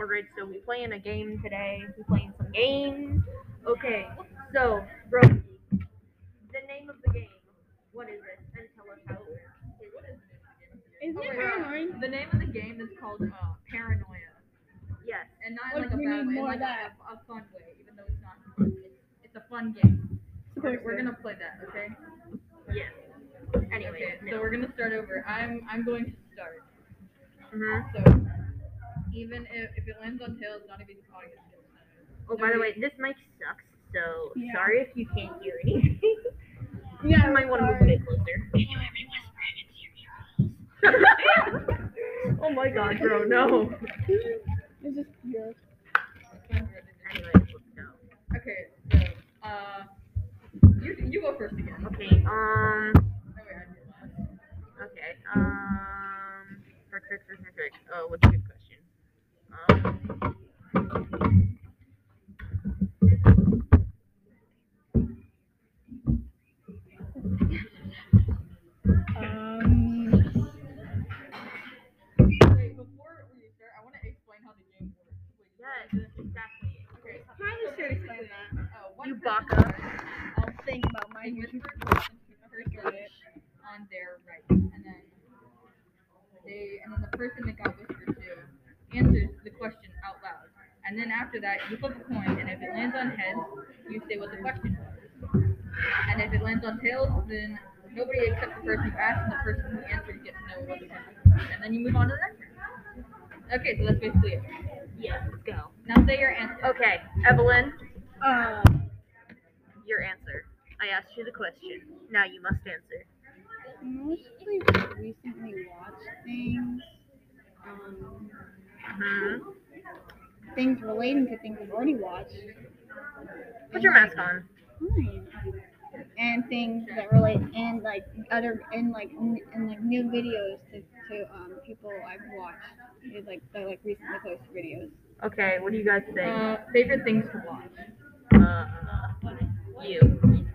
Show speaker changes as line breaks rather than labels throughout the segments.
average, so we playing a game today. We playing some games. Okay, so bro, the name of the game. What is it? And tell us how. it is.
Isn't
Oh my
it
God.
paranoid?
The name of the game is called uh, Paranoia,
Yes.
and not
Like,
in like
we
a bad
need
way,
more
like
of
a,
that.
a fun way. Even though it's not fun, it's, it's a fun game. We're, we're gonna play that, okay?
Yes. Anyway.
okay, so we're gonna start over. I'm I'm going to start.
hmm
So even if, if it lands on tails, not even audience gets it.
Oh, by the way, this mic sucks. So
Yeah.
sorry if you can't hear anything.
Yeah,
you might want to move a
sorry.
bit closer. oh my god, bro, no.
It's just yours.
Anyway, let's go.
Okay, so uh, you you go first again.
Okay, um,
Oh, wait, I did last.
okay, um, for trick, trick, trick, trick. Oh, what's a good question? Um,
Oh,
Um,
Wait, before we start, I want to explain how the game works. please.
yes, exactly.
Okay. so
Miley should
basically,
explain that.
uh, one
You
person
baka.
starts
I'll think about my
and
YouTube.
whispers questions to the person on their right, and then they and then the person that got whispered to answers the question out loud. And then after that, you flip a coin, and if it lands on heads, you say what the question was. And if it lands on tails, then nobody except the person who asked and the person who answered gets to know what the question was. And then you move on to the next one. Okay, so that's basically it.
Yes, let's go.
Now say your answer.
Okay, Evelyn,
Uh,
your answer. I asked you the question. Now you must answer.
mostly recently watched things. Um,
hmm
things relating to things I've already watched.
Put your mask on.
Fine. And things that relate and like other and like n- and like new videos to, to um people I've watched. It's like they're like recently posted videos.
Okay, what do you guys think?
Uh, favorite things to watch.
Uh, you.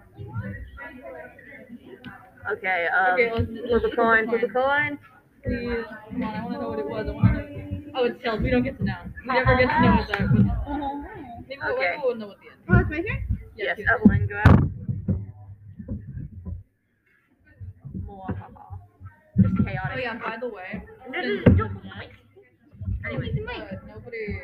Okay, um,
Okay, let's
flip a coin, flip a coin.
Please,
Mm-hmm.
come on, I want to know what it was. I want to know. Oh, it's tails. We don't get to know. We never get to know what that was.
Oh,
Maybe
Uh-huh.
we'll,
Okay.
maybe we'll know what the end.
Oh,
it's my turn.
Yes,
you-
Evelyn, go out. Mwahaha. Just chaotic.
Oh yeah. By the way,
No, no,
since-
no, don't put the mic. Anyway,
uh, nobody.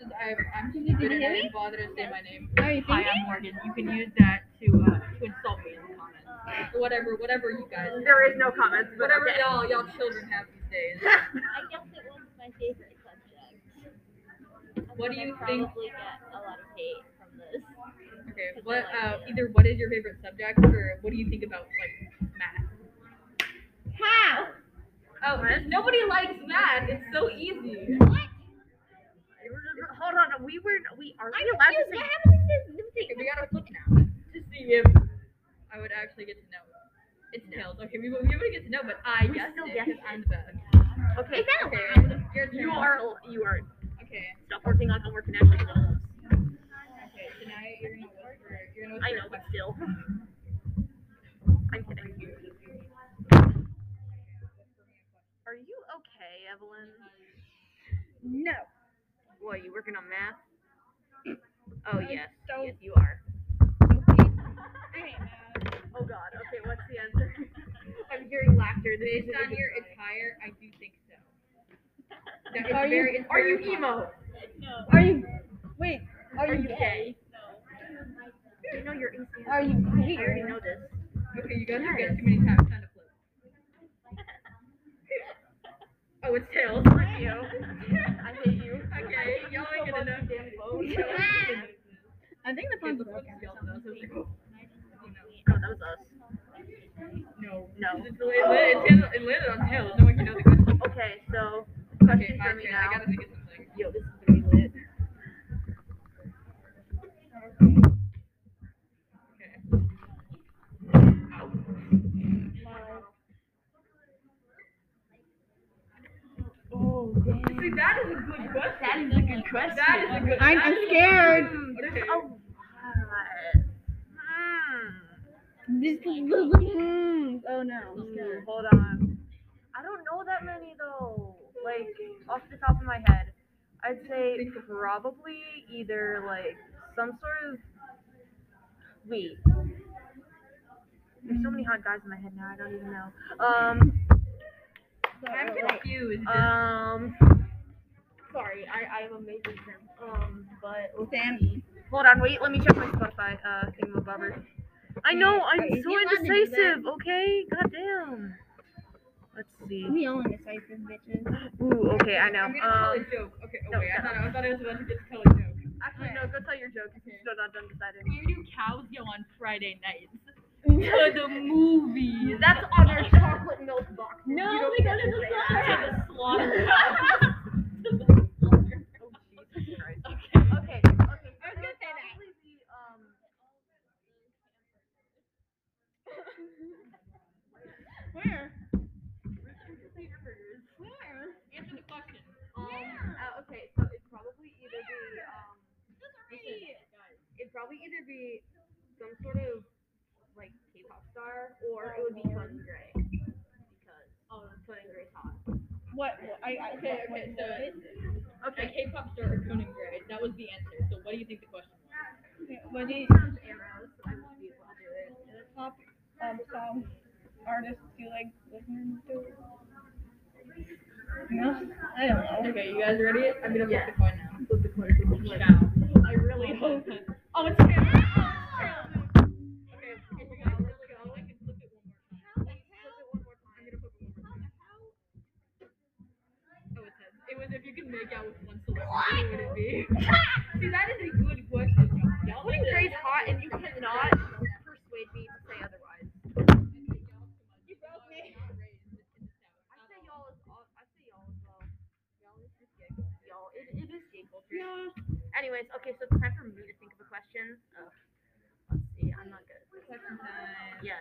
Since I'm, I'm too stupid and I didn't bother to say my name.
Are Oh, you
Hi,
thinking?
I'm Morgan. You can use that to uh, to insult me in the comments. Whatever, whatever you guys.
there is no comments, but
Whatever
okay.
y'all y'all children have these days.
I guess it was my favorite subject. I
What do
think
you
I
think-
Probably get a lot of hate from this.
Okay. What? Uh, either what is your favorite subject, or what do you think about like math?
How?
Oh,
What?
nobody likes math. It's so easy.
Hold on, we were, we, are we allowed to say?
Okay, we gotta flip now to see if I would actually get to know. It's tails. Okay, we, we would get to know, but I
We
guessed
still
it
guessed
'cause I'm the best.
Okay,
Okay, your turn.
you are, you are,
Okay,
stop working on homework and actually do it.
okay. Tonight you're gonna whisper. You're gonna
I
whisper.
know, but still. I'm kidding. Are you okay, Evelyn?
No.
What, you working on math? Oh, yes.
so-
Yes, you are.
I ain't mad.
Oh, God. Okay, what's the answer? I'm hearing laughter. This
Based
isn't a
on
good
your
sign.
attire, I do think so. That is
Are you-
very, it's
Are
very
you
fun.
emo?
No.
Are you? Wait. Are,
Are
you
you gay?
No.
You know your instinct.
Are you
I already
queer?
know this.
Okay, you guys have
Yes.
guessed too many times. Time to flip.
Oh, it's tails. Fuck you. I hate you.
Okay, y'all ain't gonna know.
Oh,
I think the
Okay,
phone's
let's flip
broken.
y'all know, so we go.
Oh, that was us.
No.
No.
It landed it landed on tails. No one can know the question.
Okay, so
Okay,
question
my
for me
turn.
now.
I gotta think of something.
Yo, this is gonna be lit.
Okay.
Oh
See,
damn.
that is a good question.
That is a good question.
That is a good.
I'm,
that
I'm
is a-
scared.
Okay.
Oh, God. Hmm.
This mm, Oh no.
Ooh, Hold on. I don't know that many though. Like off the top of my head,
I'd say probably either like some sort of. Wait. There's so many hot guys in my head now. I don't even know. Um.
I'm confused.
Um.
Sorry, I, I have a amazing term. Um, but
Sammy.
Hold on. Wait. Let me check my Spotify. Uh. King of Bobber. I know. I'm
If
so
you wanna do
indecisive. Okay. Goddamn. Let's see.
We all indecisive bitches.
Ooh. Okay. I know.
I'm gonna tell
Um.
a joke. Okay, oh
no,
wait, I
shut
thought I, thought I was about to just tell a joke.
Actually, no. Go tell your joke. If you're still not done deciding.
Where do cows go on Friday nights? to the movies.
that's on our chocolate milk box. You
No,
don't
they go
get
to
to
the
say
slaughter.
that.
To the slaughterhouse. To the slaughter.
Oh,
Okay.
Okay.
Okay.
I was gonna say that.
Probably the, um,
Where? Where? Answer the question.
Um, uh, okay, so it'd probably either be um, listen, it'd probably either be some sort of like K-pop star, or it would be Tony Gray because oh, Tony Gray's hot.
What? I, I,
Okay,
what-
okay,
what-
so
Okay.
a K-pop star or Conan Gray. That was the answer. So what do you think the question was?
what do you,
Sounds arrows, so I won't be able to do it.
pop um, song artists you like listening to? No, I don't know.
Okay, you guys ready? I'm gonna
Yeah.
flip the coin now. Flip the coin. I really hope. Oh, it's Taylor. Okay, if you guys really go, I can flip it one more time. Flip it one more time. I'm gonna flip it one more time. Oh, it says it was if you could make out with one celebrity, who would it be? See, that is a good question. Y'all
Tony
are-
Gray's hot, and you cannot persuade me to say otherwise.
You broke me.
I say y'all is all. I say y'all as well. Y'all is just gay culture. Y'all, it, it is gay culture. Anyways, okay, so it's time for me to think of a question. Uh, let's see, I'm not good.
Question time.
Yes.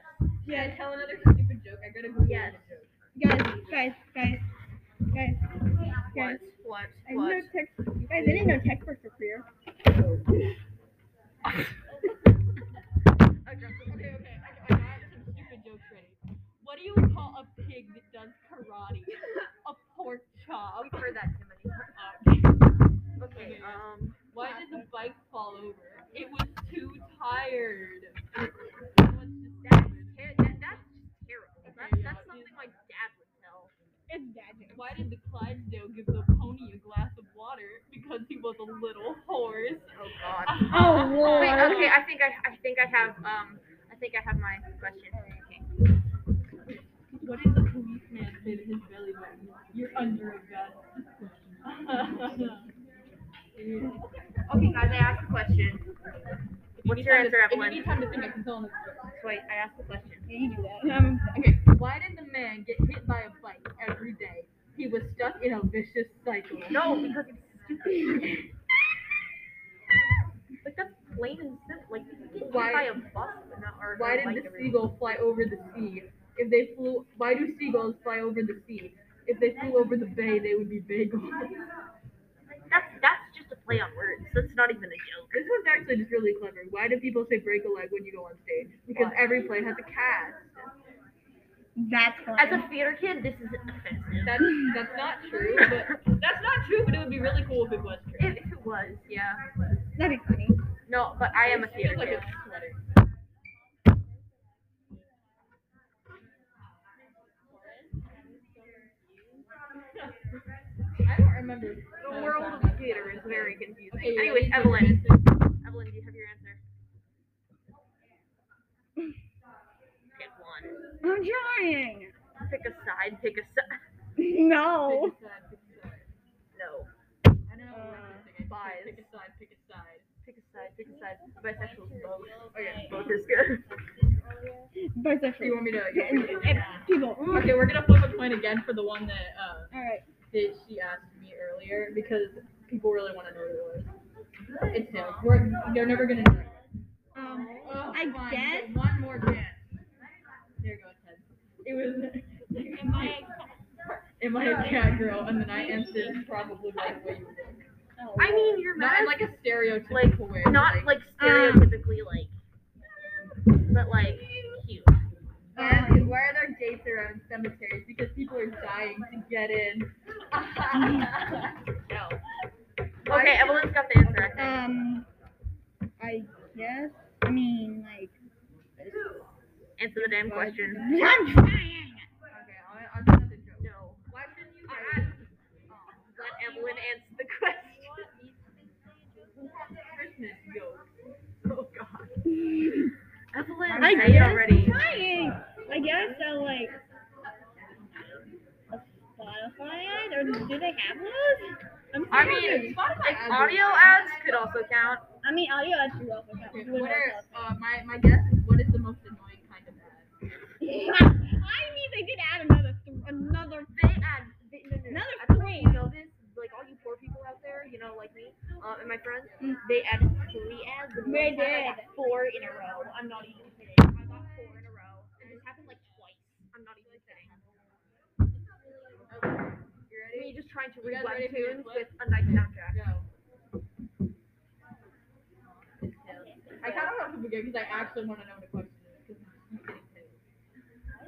Yeah, tell another stupid joke. I gotta go.
Yes.
Guys, guys, guys, guys, guys.
What? What?
I didn't
What?
know text. Guys, I didn't know textbooks were queer.
Okay, okay, okay. I, I got some stupid jokes ready. What do you call a pig that does karate? a pork chop.
We've heard that too many times. Okay.
Okay.
Um.
Why did the bike fall over? It was too tired. What's the
That's
stupid?
ter- that, that's terrible.
Okay,
That's,
yeah,
that's
it
something my dad would tell.
It's bad.
Why did the Clydesdale give the pony a glass of water? Because he was a little horse.
Oh God.
Oh lord.
Wait, okay, I think I, I think I have um I think I have my question. Okay.
What did the policeman say to his belly button? You're under arrest.
Okay, guys, I asked a question. What's your answer, Evelyn?
If you need time to think, I can tell on the story.
So I, I asked a question.
Yeah, you do that. Um,
Okay, why did the man get hit by a bike every day? He was stuck in a vicious cycle.
No, because it's stupid. like that's plain and simple. Like you can get
Why-
by a bus and not or
Why
a
did
bike
the
every day.
seagull fly over the sea? If they flew, why do seagulls fly over the sea? If they flew over the bay, they would be bagels.
That's that's just a play on words. That's not even a joke.
This one's actually just really clever. Why do people say break a leg when you go on stage? Because
Why?
every play has a cast.
that's fun.
As a theater kid, this is offensive.
That's that's not true, but that's not true. But it would be really cool if it was true.
If it was, yeah.
That'd be funny.
No, but I am a theater
Like
kid.
a sweater. I don't remember.
The world of theater is very confusing. Anyways, Evelyn,
Evelyn.
Evelyn, do you have your answer? Pick one.
I'm trying.
Pick a side. Pick a side.
No.
No.
I know.
Bias.
Pick a side. Uh, Pick a side.
Pick a side. Pick a side. Bisexual is both.
Okay.
Both is good.
You
Bisexual.
want me to? You want me to-
If people.
Okay, we're gonna flip a coin again for the one that uh,
All right.
that she asked me earlier because people really want to know who it was. It's him. We're, they're never gonna know.
Um.
Oh,
I
fine.
guess-
Get One more chance. There goes Ted. It was. Am I? Am I a cat girl? And then I answered probably by the way you look.
I mean, you're
Not in
not
like a stereotypical way. but,
not like um, stereotypically like, but like cute.
Why are, why are there gates around cemeteries? Because people are dying to get in. no.
um,
answer the damn question.
I'm
Okay, I'll, I'll do another joke.
No.
Why shouldn't you
I-
guys? um,
Let Evelyn answer the question.
Christmas joke. Oh,
Evelyn,
I
say it
guess.
already.
trying.
I guess so. Like a Spotify ad, or do they have those? I'm
I
confused.
mean,
Spotify ads are-
audio ads could also count.
I mean, audio ads do also count.
Okay,
Do
what
it
are
also.
uh, my my guess is what is the most annoying kind of ad?
I mean, they did add another, th- another,
They add they, no, no, no.
another
I don't know if
three.
you know this, like all you poor people out there, you know, like me, um, and my friends, they added three ads. and
They
one time I got
did.
four in a row. I'm not even kidding. I got four in a row, and this happened like twice. I'm not even kidding.
Okay, you ready?
Me just trying to
You
read
guys ready for this
webtoons
one?
with a nice soundtrack.
Go. I kind of want to forget because I actually want to know what the question is because I'm getting paid.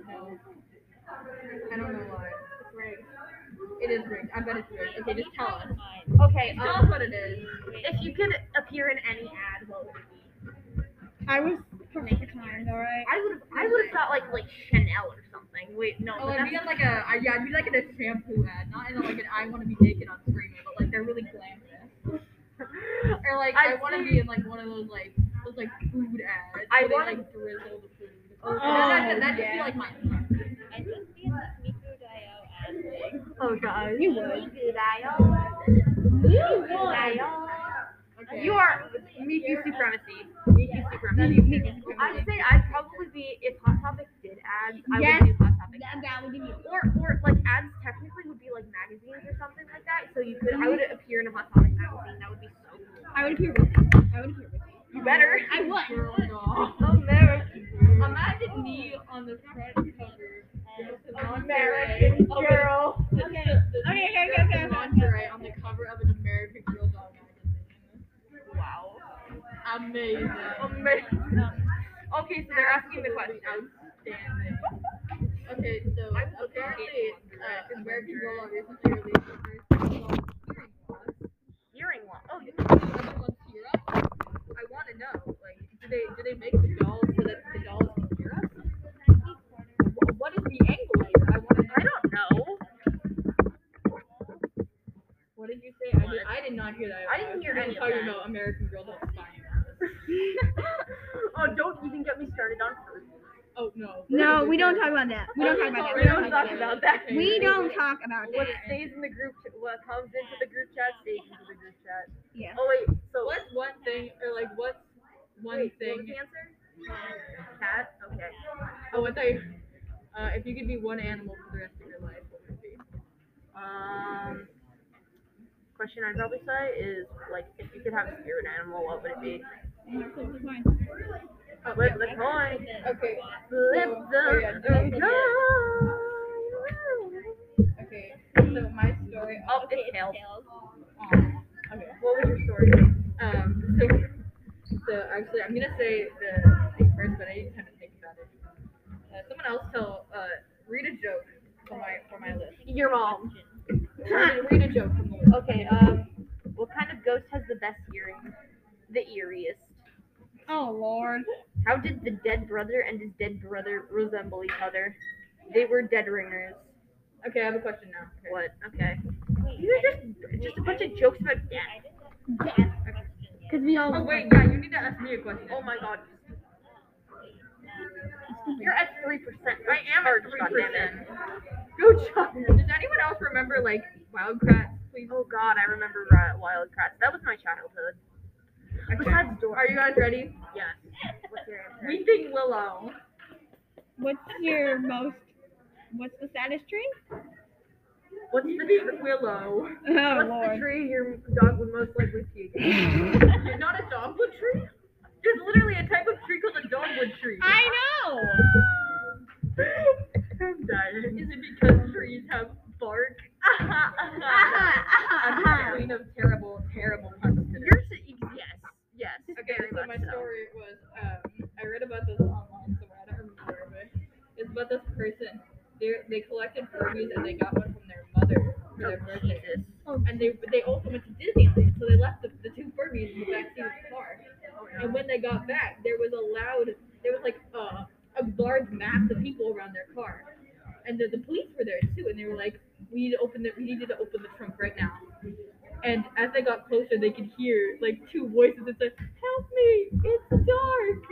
No. I don't know why. It's rigged. It is rigged. I bet it's rigged. Okay, just tell us.
Okay,
Tell us
um,
what it is.
If you could appear in any ad, what would it be?
I was kind, alright.
I would I would have thought like like Chanel or something. Wait, no,
Oh,
but
I'd be
that's
in like a, I, yeah, I'd be like in a shampoo ad, not in a, like an I want to be naked on screen, but like they're really glamorous. or like I,
I'd
want to
say-
be in like one of those like those like food ads.
I
where they,
wanna-
like drizzle the food.
Oh,
that, that, that'd just be
yeah.
like my.
I just see the Miku.io ad thing.
oh god.
You would.
You would.
Okay.
You are Miku supremacy. Miku supremacy.
Miku supremacy.
I'd say I'd probably be if Hot Topic did ads, I
Yes.
would do Hot Topic.
That, that would be me.
Or or like ads technically would be like magazines or something like that. So you could I would appear in a Hot Topic magazine. That would be so cool.
I would appear with you. I would appear with you.
You better.
I would.
Girl, no.
Oh, American.
Imagine me on the front cover. dressed in lingerie.
American girl.
Okay.
Okay, okay, okay, okay, okay.
Lingerie on the cover of an American Girl doll magazine.
Wow.
Amazing.
Amazing. Okay, so they're asking the question.
Outstanding. Okay, so
I'm so
apparently,
sorry.
uh, American Girl doll recently released the first doll hearing loss.
Earring one. Oh,
Do other ones hear us? I want to know. Like, do they do they make the dolls so that the dolls can hear us? Wh- What is the angle here? I want to
I
know.
don't know.
What did you say? I did, I did not hear that.
I didn't hear any of
talking
that.
about American Girl doll spying.
oh, don't even get me started on food.
Oh no.
No, we don't talk about that. We don't talk about that.
We don't talk about that.
Okay,
We
ready?
don't talk about
What
that.
stays in the group, ch- what comes into the group chat stays into the group chat.
Yeah.
Oh wait, so
What's one thing, or like what's one
wait, what was
thing?
the answer? Cat. Okay.
Oh, I thought you. Uh, if you could be one animal for the rest of your life, what would it be?
Um. Question I'd probably say is like, if you could have a spirit animal, what would it be? Flip the coin.
Okay.
Flip
Oh,
the
oh, yeah, don't forget.
coin.
Okay. So my story.
Oh, it's tails.
Um, Okay.
What was your story?
Um. So, so actually, I'm gonna say the thing first, but I didn't have to think about it. Uh, someone else tell. Uh, read a joke for my for my list.
Your mom.
Read, read a joke from the list.
Okay. Um. What kind of ghost has the best earring? The eeriest.
Oh lord.
How did the dead brother and his dead brother resemble each other? They were dead ringers.
Okay, I have a question now. Okay.
What? Okay. These are just just a bunch of jokes about death.
Cause we all.
Oh wait, yeah, you need to ask me a question.
Oh my god. You're at three percent. I am at three percent.
Go Chuck. Does anyone else remember like Wild Kratts? Please.
Oh god, I remember uh, Wild Kratts. That was my childhood.
Okay.
Besides Dora.
Are you guys ready?
Yes. What's your answer?
We think Willow.
What's your most? What's the saddest tree?
What's the
We think Willow.
Oh
What's the
lord.
tree your dog would most likely puke?
You're not a dogwood tree? There's literally a type of tree called a dogwood tree.
I know.
I'm dying.
Is it because trees have bark? I'm the queen of terrible, terrible puns today.
You're s- yes, yes.
Okay,
very
so
much
my
so.
story was um, I read about this online somewhere. I don't remember, but it's about this person. They they collected Furbies and they got one from their mother for their
Oh,
birthday.
Jesus.
And they they also went to Disneyland, so they left the, the two Furbies in the backseat of the car.
Oh,
And when they got back, there was a loud, there was like uh, a a large mass of people around their car. And the, the police were there too, and they were like, "We need to open the we needed to open the trunk right now." And as they got closer, they could hear like two voices that said, "Help me! It's dark!"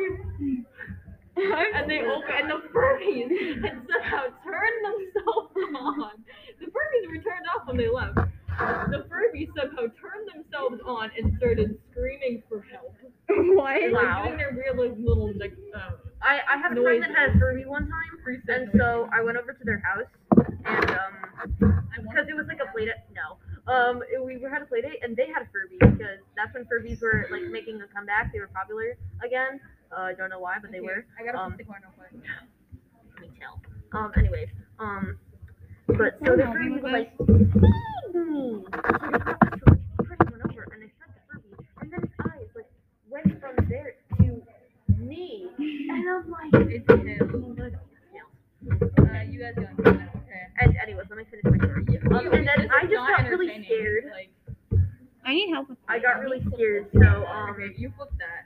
and they open, and the Furbies had somehow turned themselves on. The Furbies were turned off when they left. The Furbies somehow turned themselves on and started screaming for help.
what?
And,
Wow.
Like doing their weird like little like um,
I, I had a friend that had a Furby one time,
freeze
and
noise.
so I went over to their house, and um,
I
because
wanted
it was like a play date. No, um, it- we were had a play date, and they had a Furby because that's when Furbies were like making a comeback. They were popular again. Uh, I don't know why, but they
Okay,
were.
I gotta
um,
put the corn real quick.
Let me tell. Um, anyways, um, but
Oh,
so the Furby was like, "Ooh." So they brought this person over, and they shut the Furby, and then his eyes like went from there to me, and I'm like.
It's him. Uh, you guys don't do that, okay?
And anyways, let me finish my story. Um,
You-
and
this
then
is
I just
not
got really
entertaining,
scared.
Like,
I need help with
I
that.
got really scared, so um,
okay, you flipped that.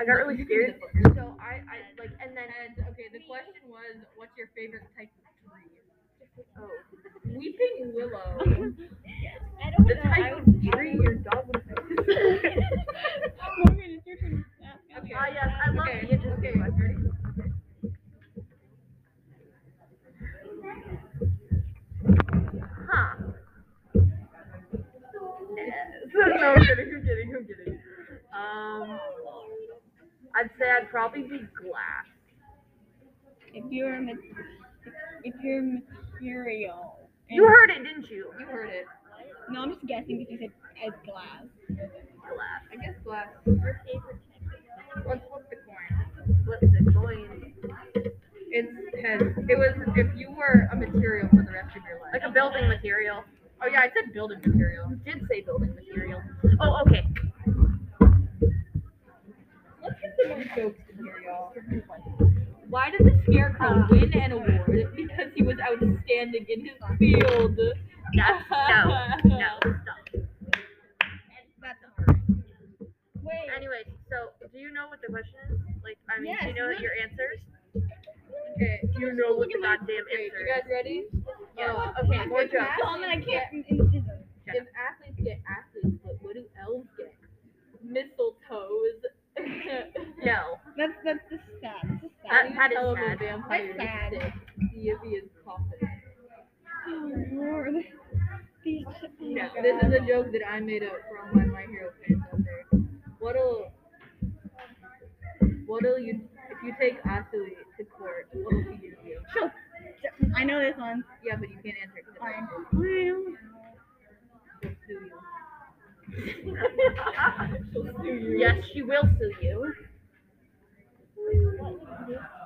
I got really
You
scared.
can flip it.
So I, I like, and then
And okay, the question was, what's your favorite type of tree?
oh,
Weeping willow.
I don't
The
know. I
type
was
of tree your dog would
Morgan, it's your turn. Yeah,
Okay.
ah yes, I love
Okay,
the interesting
okay.
question. Huh. no, I'm kidding, I'm kidding, I'm kidding. Um, I'd say I'd probably be glass.
If you're ma- if you're material. and-
You heard it, didn't you?
You heard it.
No, I'm just guessing because you said as glass.
Glass.
I guess glass.
your favorite
Let's flip the coin.
Flip the coin.
It's heads. It was if you were a material for the rest of your life.
Like a building material.
oh yeah, I said building material.
You did say building material. Oh, okay.
Let's get some more jokes in here, y'all. Why did the
Uh.
scarecrow win an award? Because he was outstanding in his field.
That's no, no, stop.
That's
Wait.
Anyway, so do you know what the question is? Like, I mean, do you
Yes,
know
what-
your answers?
Okay,
Do you know what the goddamn
okay,
answer
you
is?
guys ready?
Yeah.
Uh,
Okay, more
if
jokes.
athletes
dumb and I
get-
can't. It's just
Shut
If athletes get athletes, but what do elves get? Mistletoes.
No.
That's that's the sad. That's the
That-
sad.
How do
that is
you tell if a
sad.
vampire is
That's sad.
sick? See if he is coughing.
Oh lord. These. oh my
Yeah,
God.
this is a joke that I made up from one of my hero fans out there. What'll what'll you if you take Asui to court, what'll she give you?
I know this one.
Yeah, but you can't answer it 'cause I
Fine.
don't know. She'll sue you. She'll sue you.
Yes, she will sue you.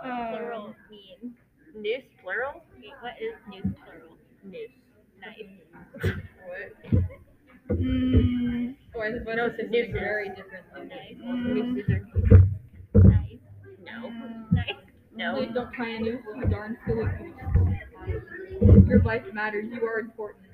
Um,
plural mean.
Noose, plural?
Wait, what is news plural?
Noose.
Nice.
What?
mm,
Oh, I suppose
No,
it's
it's
something
a
very different than that.
mm,
Nice.
No.
Nice.
No.
Please don't try a new you darn silly goose. Your life matters. You are important.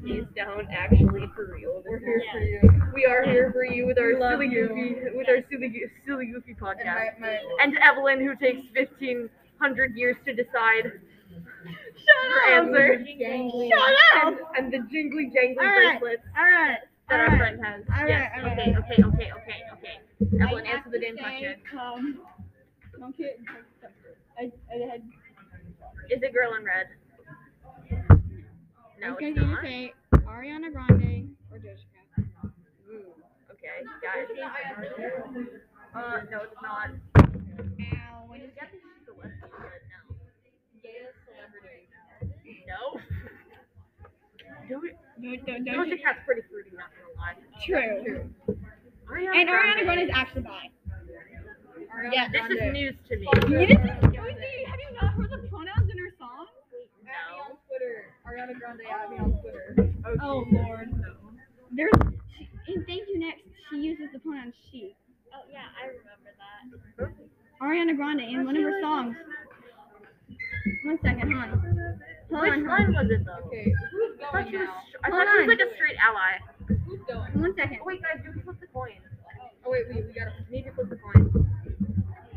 Please don't actually for real.
We're here for
Yeah.
you.
We are here for you with our
We love
silly
you.
goofy with our silly Goo- silly goofy
And
podcast.
my, my,
And Evelyn, who takes 1500 years to decide her
up.
answer.
Shut up.
And, and the jingly jangly
All right.
bracelets
All right.
that
All
our
right.
friend has.
All
yes.
right, all right,
okay,
all
okay, okay, okay, okay.
I
Evelyn,
have
answer the
to
damn
say,
question.
Um, don't get. I, I had.
Is it girl in red?
I
No,
was
it's
gonna
not.
say Ariana Grande or Doja Cat.
Ooh, okay, guys. Uh, no, it's not.
Ow.
When you get this, she's a lesbian, but
celebrity now.
no. No. Do it.
Don't, don't, don't
Doja Cat's pretty fruity, not gonna lie.
True.
True.
Ariana
And Ariana
Grande.
Grande is actually bi.
Ariana
Yeah.
This is
Grande.
news to me.
You
Ariana
didn't- E.
Grande.
Have you not heard the pronouns in her song?
Add me
No.
on Twitter. Ariana Grande, add me on Twitter.
Oh lord. There's. She, in Thank You Next, she uses the pronoun she.
Oh yeah, I remember that.
Ariana Grande in one of her songs. One second, hold on. Hold
Which
on,
one
hold
was it though?
Okay, who's
I thought
going
she was.
now?
I
Hold
thought she was
on.
like a straight ally.
Who's going?
on. One second.
Oh, wait, guys, do we flip the coin?
Oh wait, we, we gotta.
We need to flip the coin.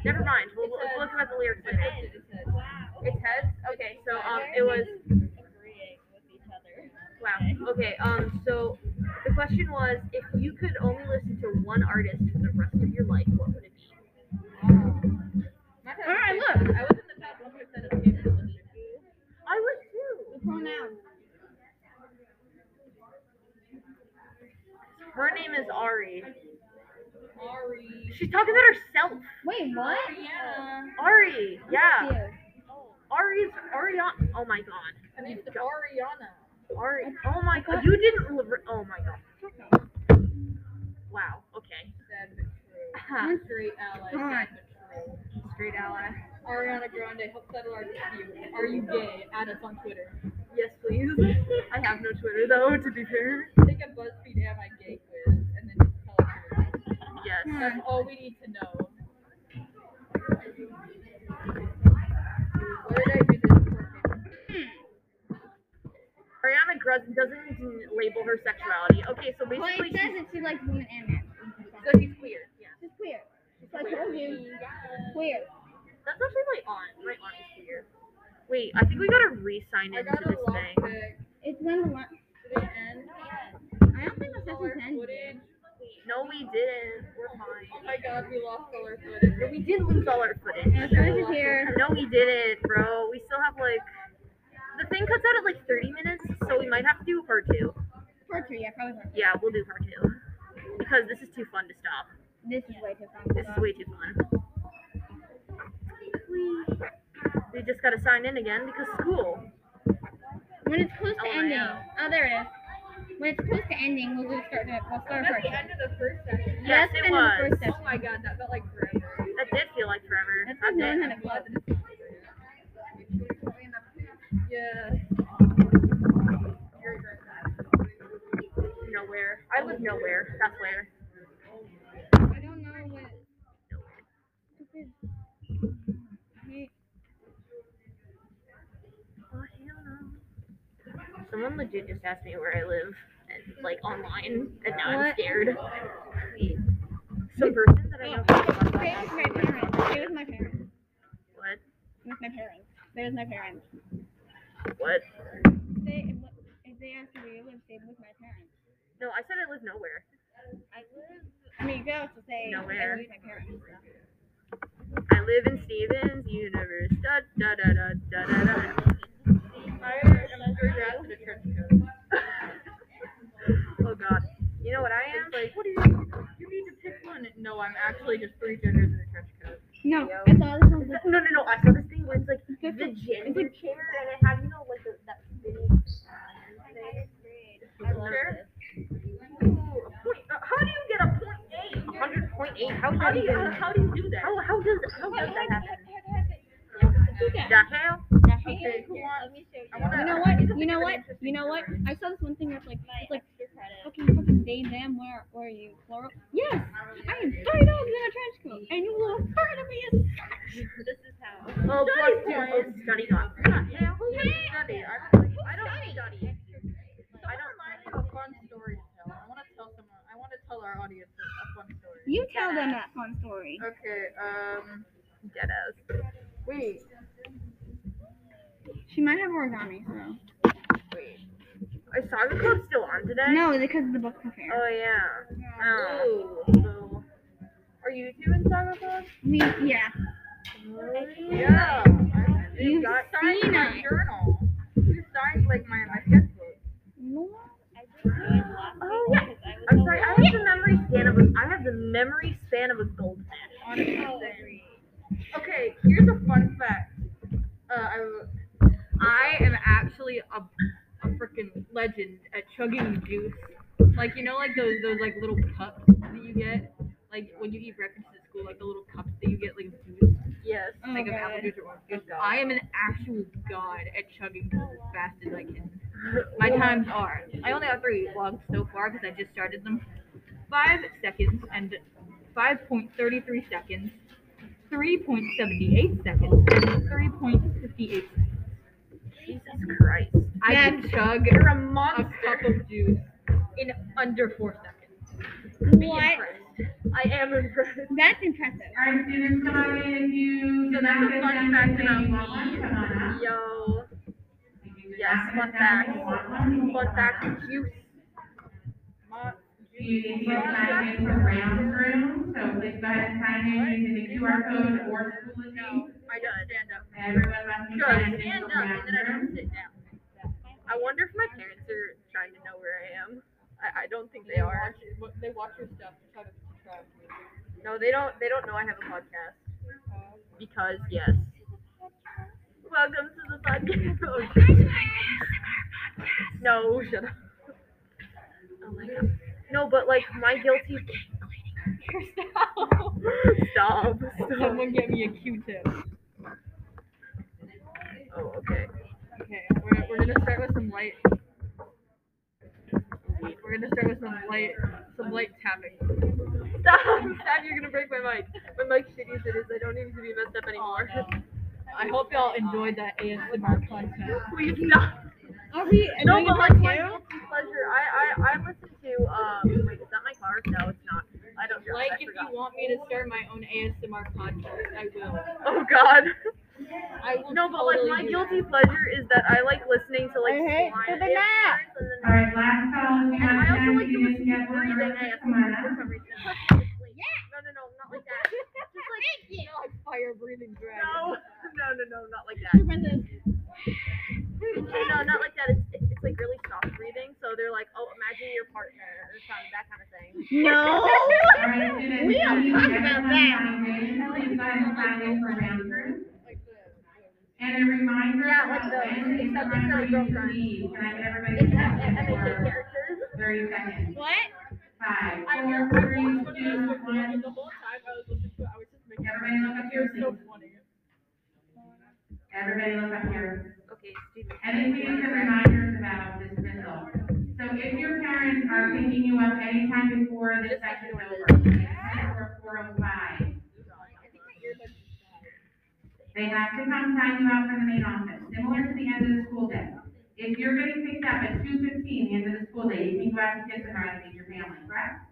Never mind. We'll, we'll, we'll look at the clear
It's
dinner.
heads, it's heads.
Wow.
It's heads. Okay, so um, it was
Agreeing with each other.
wow. Okay, um, so the question was, if you could only listen to one artist for the rest of your life, what would it be?
All right, look. I was in the top one percent of kids that listened to
I was too.
The pronoun.
Her name is Ari.
Ari.
She's talking about herself.
Wait, what? Uh,
Ariana.
Ari. Yeah.
Ew.
Ari's Ariana. Oh my god.
Her name's Ariana.
Ari. Oh my god. You didn't. li- Oh my god. Wow. Okay.
Sad but true.
Uh-huh.
Straight ally. Sad but true.
Straight ally.
Ariana Grande, help settle our dispute. Are you gay? Add us on Twitter.
Yes, please. I have no Twitter though. To be fair.
Take a BuzzFeed Am I Gay quiz and then just tell us. your response.
Yes.
That's all we need to know. What did I do this for?
Ariana Grande doesn't label her sexuality. Okay, so
Well,
basically
it says
she's,
that she likes women and men.
so she's queer. Yeah.
She's queer. I told you. Queer.
That's actually my aunt. My aunt is queer. Wait, I think we gotta re-sign
I
into
got a
this
lock
thing.
pick.
It's when the last.
Did it end?
I don't think the
All
session's
our
ended.
footage.
No, we didn't. We're
Oh
fine.
my god, we lost all our footage.
But we did lose all our footage.
And Sarge is here.
No, we didn't, bro. We still have like the thing cuts out at like 30 minutes, so we might have to do part two.
Torture, yeah, probably. her.
Yeah, we'll do part two because this is too fun to stop.
This is way too fun.
This is way too fun. We just gotta sign in again because school.
When it's close to
Oh, I
ending.
know.
Oh, there it is. When it's close to ending, we'll just start. uh, We'll start
That's
first.
the end of the first session.
Yes,
That's
it
the end of the
was.
first
Oh
session.
my god, that felt like forever.
That did feel like forever.
That's like knowing how to
I'm
close.
glad that it's not forever. Yeah.
nowhere. I live nowhere. That's where.
I don't know what. This is. Hey,
Someone legit just asked me where I live, and, like online, and now I'm
What?
scared. Some person that I know. from-
Stay with my parents. Stay with my parents.
What?
With my parents. There's my parents.
What?
Stay. If, if they ask you where you live, stay with my parents.
No, I said I live nowhere.
I live. I mean, you could also say
Nowhere.
I live with my parents.
I live in Stevens Universe. Da da da da da da da.
I'm sure you're asking a trench coat.
Oh god. You know what I am?
It's like, what do you, you need to pick one. No, I'm actually just three genders in a trench coat.
No,
Yo.
I saw this on the.
No, no, no. I saw this thing where it's like the gender chair, and it had you know like the, that spinning.
I love this.
Ooh, a point. Uh, how do you get a point eight? Hundred point eight. How, how do you how do you do that? How how does how does that happen? The hell?
Okay, who wants? I wanna-
You know
I
what?
need
You
to think
know
of an
what?
interesting
You know what?
story.
I saw this one thing that's like it's like
Extra credit.
fucking fucking they them where where are you plural? Yes, I am three dogs in a trench coat, and you will refer to me as
This is how.
Oh, plus two. Oh, study dog. God, yeah, who would study? I don't, I don't study.
I don't mind if a fun story to tell. I want to tell someone. I want to tell our audience a fun story.
you. Tell them that fun story.
Okay. Um.
Deadass.
Wait.
She might have origami. So.
Is Saga Club still on today?
No, because of the book fair.
Oh yeah. Oh.
Ooh. Are you two in Cyber Club?
We yeah.
Yeah. I-
You've
got signed
seen
my
it.
journal. You signed like my my sketchbook.
I just realized last
Oh,
week because I was
I'm
so
sorry. I
lost.
have the memory span of a. I have the memory span of a goldfish.
Honestly.
Oh,
same. Okay. Here's a fun fact. Uh, I w- I am actually a a freaking legend at chugging juice. Like you know, like those those like little cups that you get, like when you eat breakfast at school, like the little cups that you get like of juice.
Yes.
Oh
like of apple
god.
juice or orange juice. I am an actual god at chugging juice as fast as I can. My times are. I only have three logs so far because I just started them. Five seconds and 5.33 seconds, 3.78 seconds, and 3.58 seconds.
Jesus Christ.
I can chug
You're a
a
monster.
cup of juice in under four seconds.
What?
Christ. I am impressed.
That's impressive.
Our students come on in if you.
So that's a fun fact about me.
Yo. Yes, fun fact. Fun fact. Juice.
You can still sign in for round room, so please go ahead and sign in using the QR code or school account.
I just stand up.
Everyone must be
Good.
signed in
Stand
for
up and
round
then I
room.
don't sit down.
I wonder if my parents are trying to know where I am. I, I don't think they are.
Watch, they watch your stuff to try to subscribe to it.
No, they don't. They don't know I have a podcast. Because yes. Welcome to the podcast. Oh, shit. no, shut up. Oh my god. No, but like my guilty. Stop. Stop.
Someone get me a Q-tip.
Oh, okay.
Okay, we're, we're gonna start with some light. We're gonna start with some light, some light tapping.
Stop. Stop. You're gonna break my mic. My mic's shitty as it is. I don't need to be messed up anymore.
I hope y'all enjoyed that ASMR content.
Please stop.
Are we?
No,
doing
but
it
like my
too?
guilty pleasure. I, I I listen to um. Wait, is that my car? No, it's not. I don't drive.
Like,
I
if
forgot.
you want me to start my own ASMR podcast, I will.
Oh God.
I will.
No, but like
totally
my
do
guilty pleasure is that I like listening to like.
Okay,
Swan
so
and
the
Dance
nap.
Stars and the
All right, last call, if
And
you
I
want to
also
sign
like to
in,
listen to
you have one
breathing
round,
ASMR
come on
for
up.
some reason. No, no, no, not like that. Just like
like fire breathing dragon.
no, no, no, no, not like that. No, not like that. It's it's like really soft breathing. So they're like, oh, imagine your partner or something, that kind of thing.
No.
All right, students,
We don't
please
talk
sign
about
in,
that.
sign in, please go ahead and sign in for round room. And a reminder.
Yeah, like the-
and please
except it's
remember
not a
you to
girlfriend.
leave. Can I get everybody
It's
to
not
sign in
MHA
for
characters.
thirty seconds?
What?
Five,
I
four,
was listening
three,
to
two,
this before,
one.
and the whole time I was listening to it, I was just making
Everybody look up
it was so
here,
funny.
everybody look up here.
Okay, student.
And please a reminders about dismissal. So if your parents are picking you up anytime before this session is over, or four oh five, they have to come sign you out from the main office, similar to the end of the school day. If you're getting picked up at two fifteen, the end of the school day, you can go out to kiss and ride and meet your family, correct?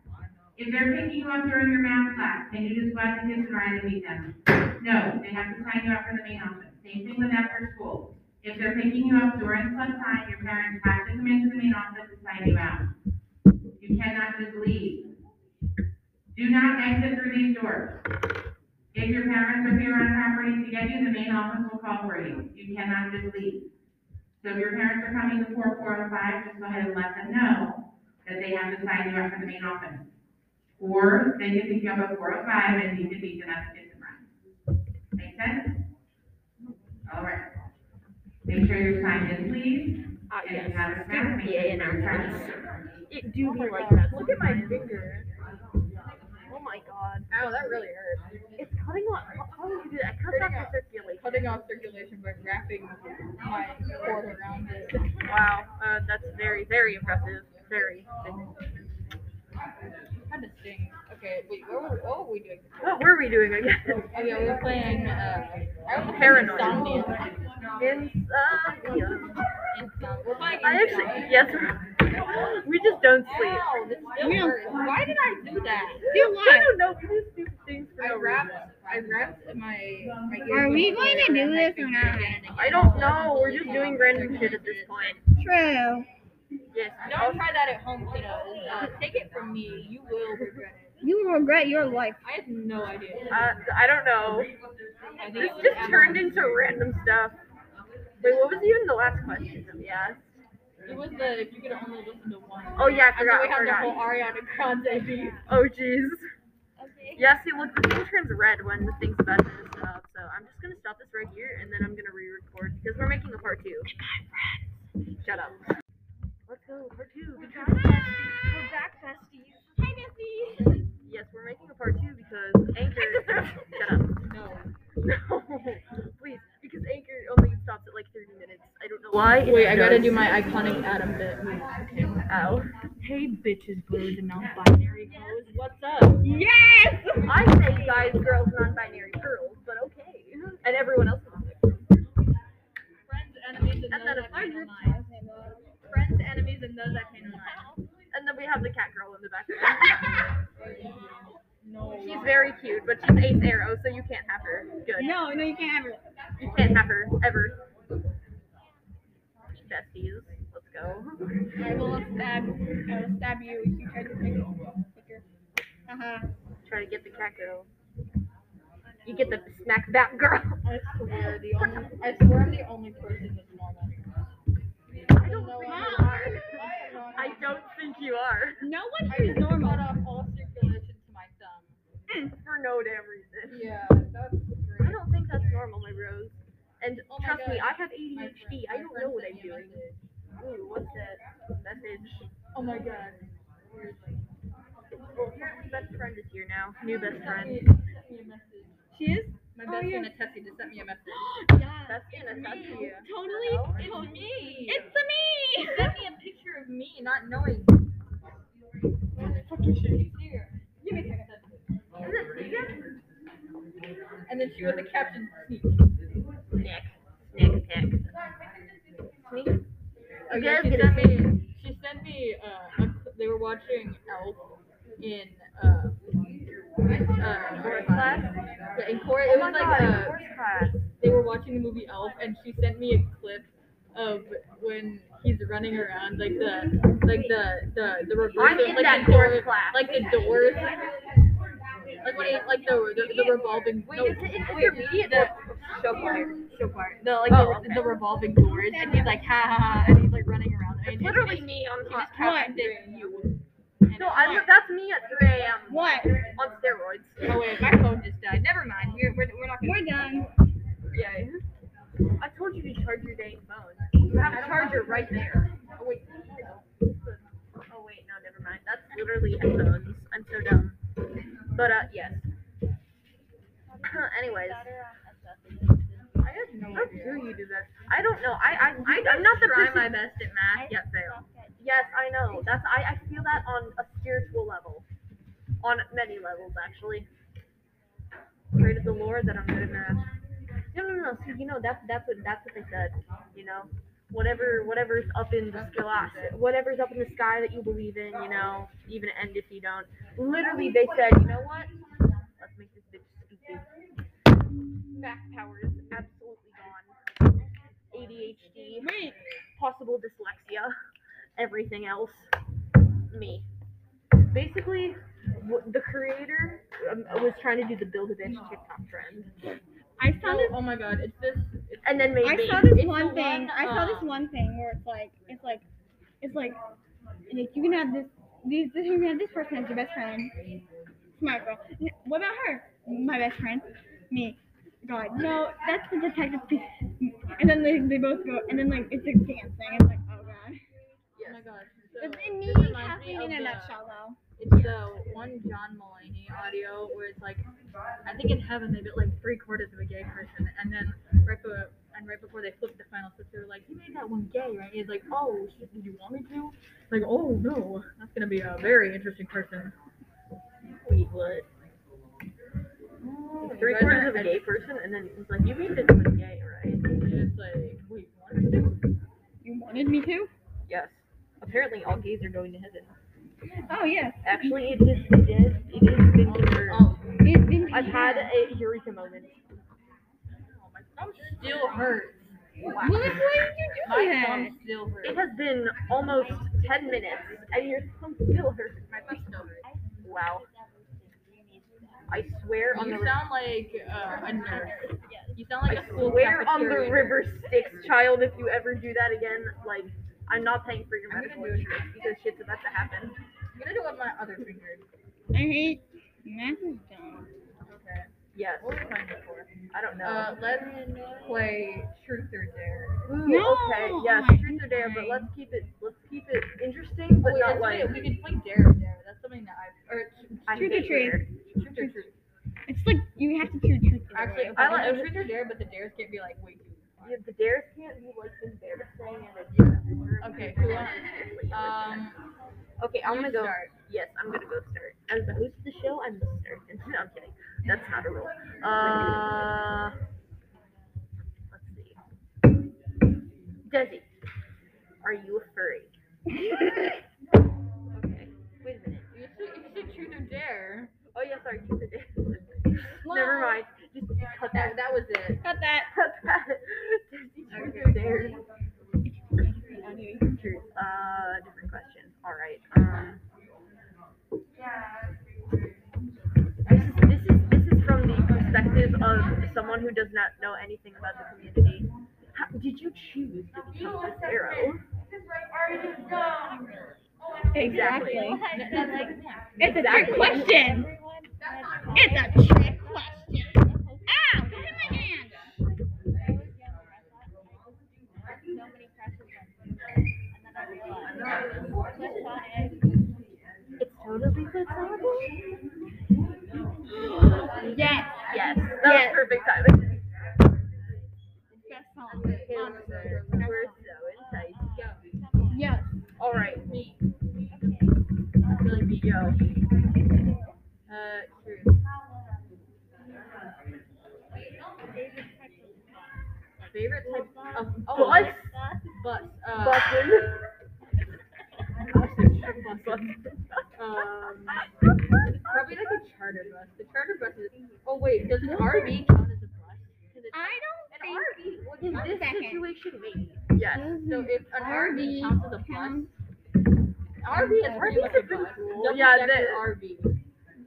If they're picking you up during your math class, can you just go out to kiss and ride and meet them? No, they have to sign you out from the main office. Same thing with after school. If they're picking you up during club time, your parents have to come into the main office and sign you out. You cannot just leave. Do not exit through these doors. If your parents are here on property to get you, the main office will call for you. You cannot just leave. So if your parents are coming before four or five, just go ahead and let them know that they have to sign you up for the main office. Or they can pick you up at four or five and you can meet them at the kitchen run. Make sense? All right. Make sure you're signed in, please.
Uh,
And
yes.
you have a snack, make sure
PA
you're
announcements.
signed in.
It do be like that.
Look at my finger.
Oh my god.
Ow, that really hurt.
It's cutting off. How, how do you do that? It cuts off
Cutting
the circulation.
Cutting off circulation by wrapping my cord around it.
Wow. Uh, that's very, very impressive. Very.
Kind of stings. Okay, wait, what were, what were we doing?
What were we doing again?
Oh yeah, we were playing, uh, I was playing
Paranoid.
Insomnia.
Insomnia.
Insomnia. We're playing
I actually, yes. We just don't sleep.
Ow, this still
We don't-
hurts. Why did I do that?
Do
I
what?
don't know. We do stupid things for
I
no
wrapped,
reason.
I wrapped my, my
Are we
earbuds
going to
around
do
my
this or
finger
not?
again and again.
I don't know. We're just doing random shit at this point.
True.
Yes.
Don't try that at home, kiddos. Uh, take it from me, you will regret it.
You will regret your life.
I have no idea.
Uh, I don't know.
I think
This
it was
just
Emma.
turned into random stuff. Wait, what was even the last question that we asked?
It was the if you could only listen to one.
Oh yeah, I
I
forgot.
know we
I
had
forgot.
the whole Ariana Grande beat.
Oh jeez. Yeah, see, look, the thing turns red when the thing's about to stop. So I'm just gonna stop this right here, and then I'm gonna re-record because we're making a part two. Shut up. Let's go part two. Good job.
We're back, besties. Hi, besties.
Yes, we're making a part two because Anchor. Shut up.
No.
No, please, because Anchor only stops at like 30 minutes. I don't know why. It
Wait, I gotta
does.
do my iconic Adam bit. Oh.
Ow.
Hey bitches, bros, and non-binary bros, what's up?
Yes.
I say guys, girls, non-binary girls, but okay. And everyone else. is like,
Friends, enemies,
And then
those
if
I
I
paint
group
online. Friends, enemies, and those I paint online.
And then we have the cat girl in the background. She's very cute, but she's ace arrow, so you can't have her. Good.
No, no, you can't have it.
You can't have her ever. Besties, let's go.
I will stab. I will stab you if you try to pick pick your
Uh-huh.
Try to get the Kako. You get the snack back, girl.
I swear, the only I swear I'm the only person that's normal.
I don't
No,
think
I'm
you
not.
are.
I am not.
I don't think you are.
No one
I
is
just
normal.
cut off all circulation to my thumb.
Hmm.
For no damn reason.
Yeah, that's
I
great.
don't think that's normal, my bros. And
Oh my
trust me,
God.
I have
My
ADHD.
friend-
I
my
don't
friend
know what I'm
sent me a
doing.
message.
Ooh, what's that message?
Oh my god.
Well, apparently best friend is here now. New best friend.
Sent me- sent me a message.
She is
My
Oh,
best
yeah.
friend Atessi just sent me a message.
yeah.
That's gonna touch
me.
you.
Totally.
It's
to-
me.
It's the me.
sent me a picture of me not knowing. Give me a second.
Is it Steven?
And then she wrote the caption. sneak.
Nick. Nick, Nick. Sneak.
Oh,
You
yeah,
guys
she
get
sent
it?
me. She sent me. Uh, a, cl- they were watching Elf in uh, uh,
Horse
horror
class?
class. Yeah, in Cora,
Oh
it
my
was
god,
like uh,
horse class.
they were watching the movie Elf, and she sent me a clip of when he's running around, like the like the the the reverse,
I'm
of,
in
like
that
the
horse
door,
class.
like the doors, like when he, like the the, the revolving.
Wait,
no,
is it intermediate
the-
or
show part, show part. The like
Oh,
the, the revolving doors, and he's like ha ha ha, and he's like running around. And
It's
he
literally
just-
me on
he
top.
just captioned it, you. And
No,
it's
I
like-
look, that's me at 3 a.m.
What?
on steroids.
Oh wait, my phone just died. Never mind. We're we're, we're not gonna.
We're done.
Yeah. I told you to charge your dang phone.
You have a charger right there.
Oh wait. Oh wait, no, never mind. That's literally headphones. I'm so dumb. But uh, yes. Anyways,
um,
I have no
how do you do that? I don't know. I I, I I'm not the try my best at math yet fail. Yes, I know. That's I I feel that on a spiritual level, on many levels actually. Pray to the Lord that I'm good at math. No, no, no. See, you know that's that's what that's what they said. You know, whatever whatever's up in the sky, whatever's up in the sky that you believe in. You know, even end if you don't. Literally, they said, you know what? Let's make this bitch stupid. Math power is absolutely gone. ADHD,
Wait.
possible dyslexia, everything else. Me. Basically, w- the creator um, was trying to do the build a bitch TikTok trend,
I saw
Oh,
this.
oh my god, it's this. It's
and then made
I
me.
saw this
It's
one
the
thing.
one,
I saw this
uh,
one thing where it's like, it's like, it's like, like you can have this. These, this, you can have this person as your best friend. Smart girl. N- What about her? My best friend. Me. God. No, that's the detective piece. And then they, they both go, and then like it's a dance thing. I'm like, oh god.
Oh my gosh. So,
It's in me,
this
and
reminds me
Kathleen, in
of
a
the-
nutshell, though.
It's the one John Mulaney audio where it's like, I think in heaven they built like three quarters of a gay person, and then right before and right before they flipped the final clip, they were like, "You made that one gay, right?" He's like, "Oh, shit, did you want me to?" Like, "Oh no, that's gonna be a very interesting person."
Wait, what?
Oh,
Three quarters of a gay person, and then it's like, you made this one gay, right?
It's like, wait, what?
You wanted me to?
Yes. Apparently, all gays are going to heaven.
Oh yes.
Actually, it is. It is. It is been confirmed.
Oh,
It's been
I've had a eureka moment.
my thumb still hurts.
What? Why did you do
My
that?
thumb still hurts.
It has been almost ten minutes, and your thumb still hurts.
My thumb still hurts.
Wow. I swear on the.
You sound like uh, a nurse. You sound like
I
a school
swear on the
cafeteria
river
nurse.
Styx, child. If you ever do that again, like I'm not paying for your
I'm
medical
gonna do it.
insurance because shit's about to happen.
I'm gonna do it with my other finger.
I hate math is dumb.
Okay.
Yes.
What was time before?
I don't know.
Uh, let's play Truth or Dare.
Ooh,
no,
okay.
oh
Yes.
my
Truth or dare, but
God.
let's keep it. Let's keep it interesting, but
Wait,
not
that's
like.
right, we can play Dare or Dare. That's something that I or
I
Truth or
hate
treat?
dare.
Truth or Truth.
It's like you have to choose truth. or
Actually,
dare.
I
like-
like Truth or Dare, but the dares can't be like way too. far.
Yeah, the dares can't be like embarrassing and it's
Okay, who wants-
Seriously, like,
Um,
okay, I'm
you
gonna go.
Start.
Yes, I'm gonna go start. As the host of the show, I'm the start. No, I'm kidding. That's not a rule. Uh, let's see. Desi, are you a furry? okay. Wait a minute.
You should, you should Truth or Dare. there.
Oh yeah, sorry, keep it in. Never mind. Just cut that.
That, that was it.
Cut that.
Cut that. There's there. Truth. Uh, different question. All right. Um. This is, this is this is from the perspective of someone who does not know anything about the community. How, did you choose to become a zero? Exactly.
It's a
Exactly.
trick question. It's a trick question. Ow! Don't hit my hand.
It's totally good.
Yes.
Yes, that
Yes.
was perfect timing.
Best song.
We're so enticed.
Yes.
All right, me. Really, me, yo. Uh, true.
Favorite type of oh,
Bus.
bus. Uh,
Bussin.
Um, probably like a charter bus. The charter bus is. Oh wait, does an RV count as a bus? 'Cause it's-
I
an RV. What is
One
this
second.
situation maybe?
Yes.
So
don't.
if an RV counts as a bus,
counts-
RV is pretty much a bus. Double
Yeah,
decker
that-
RV.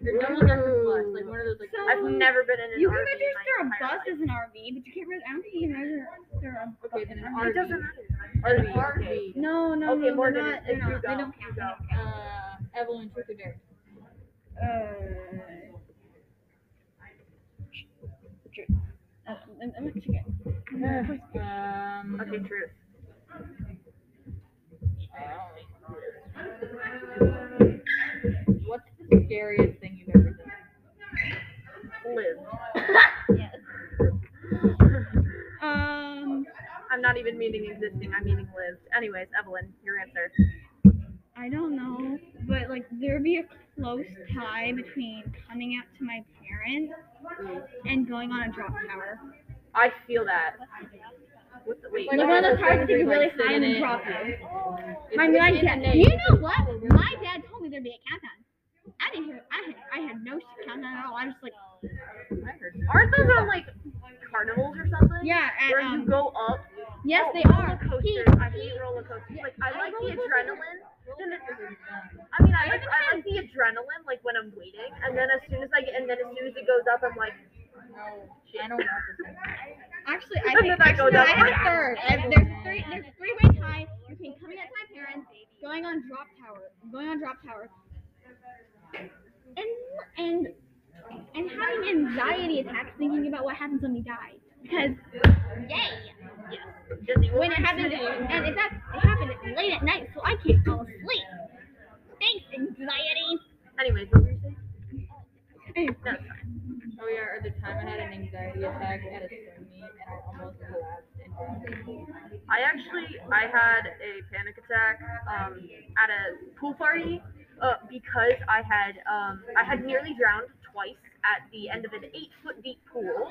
Or double decker bus, like one of those like.
So-
I've never been in an
You
RV
can
in
register
my
a
entire
bus
life.
as an RV, but you can't. Re- I don't think you can register a bus.
Okay, then an
It doesn't
RV.
matter.
An RV.
No, no,
Okay,
no.
Morgan,
they're not,
if
they're
you
not, they
go,
don't count.
you
they
go.
don't count.
Uh, Evelyn, truth or dare?
Uh, uh, I'm, I'm not chicken.
Um.
Uh, Okay, truth.
What's the scariest thing you've ever done?
Live.
Um,
I'm not even meaning existing, I'm meaning lived. Anyways, Evelyn, your answer.
I don't know, but like there'd be a close tie between coming out to my parents and going on a drop tower.
I feel that. What's the, wait.
Like one of those towers that you can really high and then drop you. My mom dad, you know what? My dad told me there'd be a countdown. I didn't hear. I had. I had no countdown at all. I was like,
Aren't those on like carnivals or something?
yeah. At,
Where you
um,
go up.
yes,
Oh,
they
roller
are. He,
Coasters. I hate roller coasters. Like I
I
like the
roller coasters
adrenaline. Then it- I mean, I
I
like I like the adrenaline, like when I'm waiting, and then as soon as I get, and then as soon as it goes up, I'm like,
Oh, I don't want
actually, I
Doesn't
think
that go
actually, no, I
down
have
one?
a third. I have- there's a three. There's a three-way tie between coming out to my parents, going on drop tower, going on drop tower, and and and having anxiety attacks thinking about what happens when we die. Because yay,
does he
when it happens, and it, that, it happened late at night, so I can't fall asleep. Thanks, anxiety.
Anyways, what were you saying?
Oh yeah, or the time I had an anxiety attack at a swim meet and I almost collapsed and drowned.
I actually I had a panic attack um, at a pool party uh, because I had um, I had nearly drowned twice at the end of an eight foot deep pool.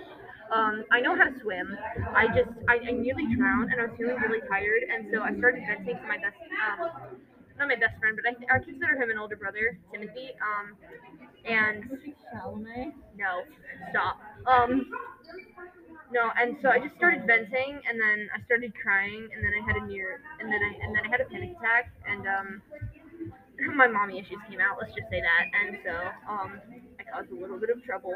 Um, I know how to swim. I just I, I nearly drowned and I was feeling really tired and so I started venting to my best um, not my best friend but I, I consider him an older brother Timothy um, and
Chalamet?
no, stop. Um, no, and so I just started venting, and then I started crying, and then I had a near, and then I, and then I had a panic attack, and um, my mommy issues came out. Let's just say that, and so um, I caused a little bit of trouble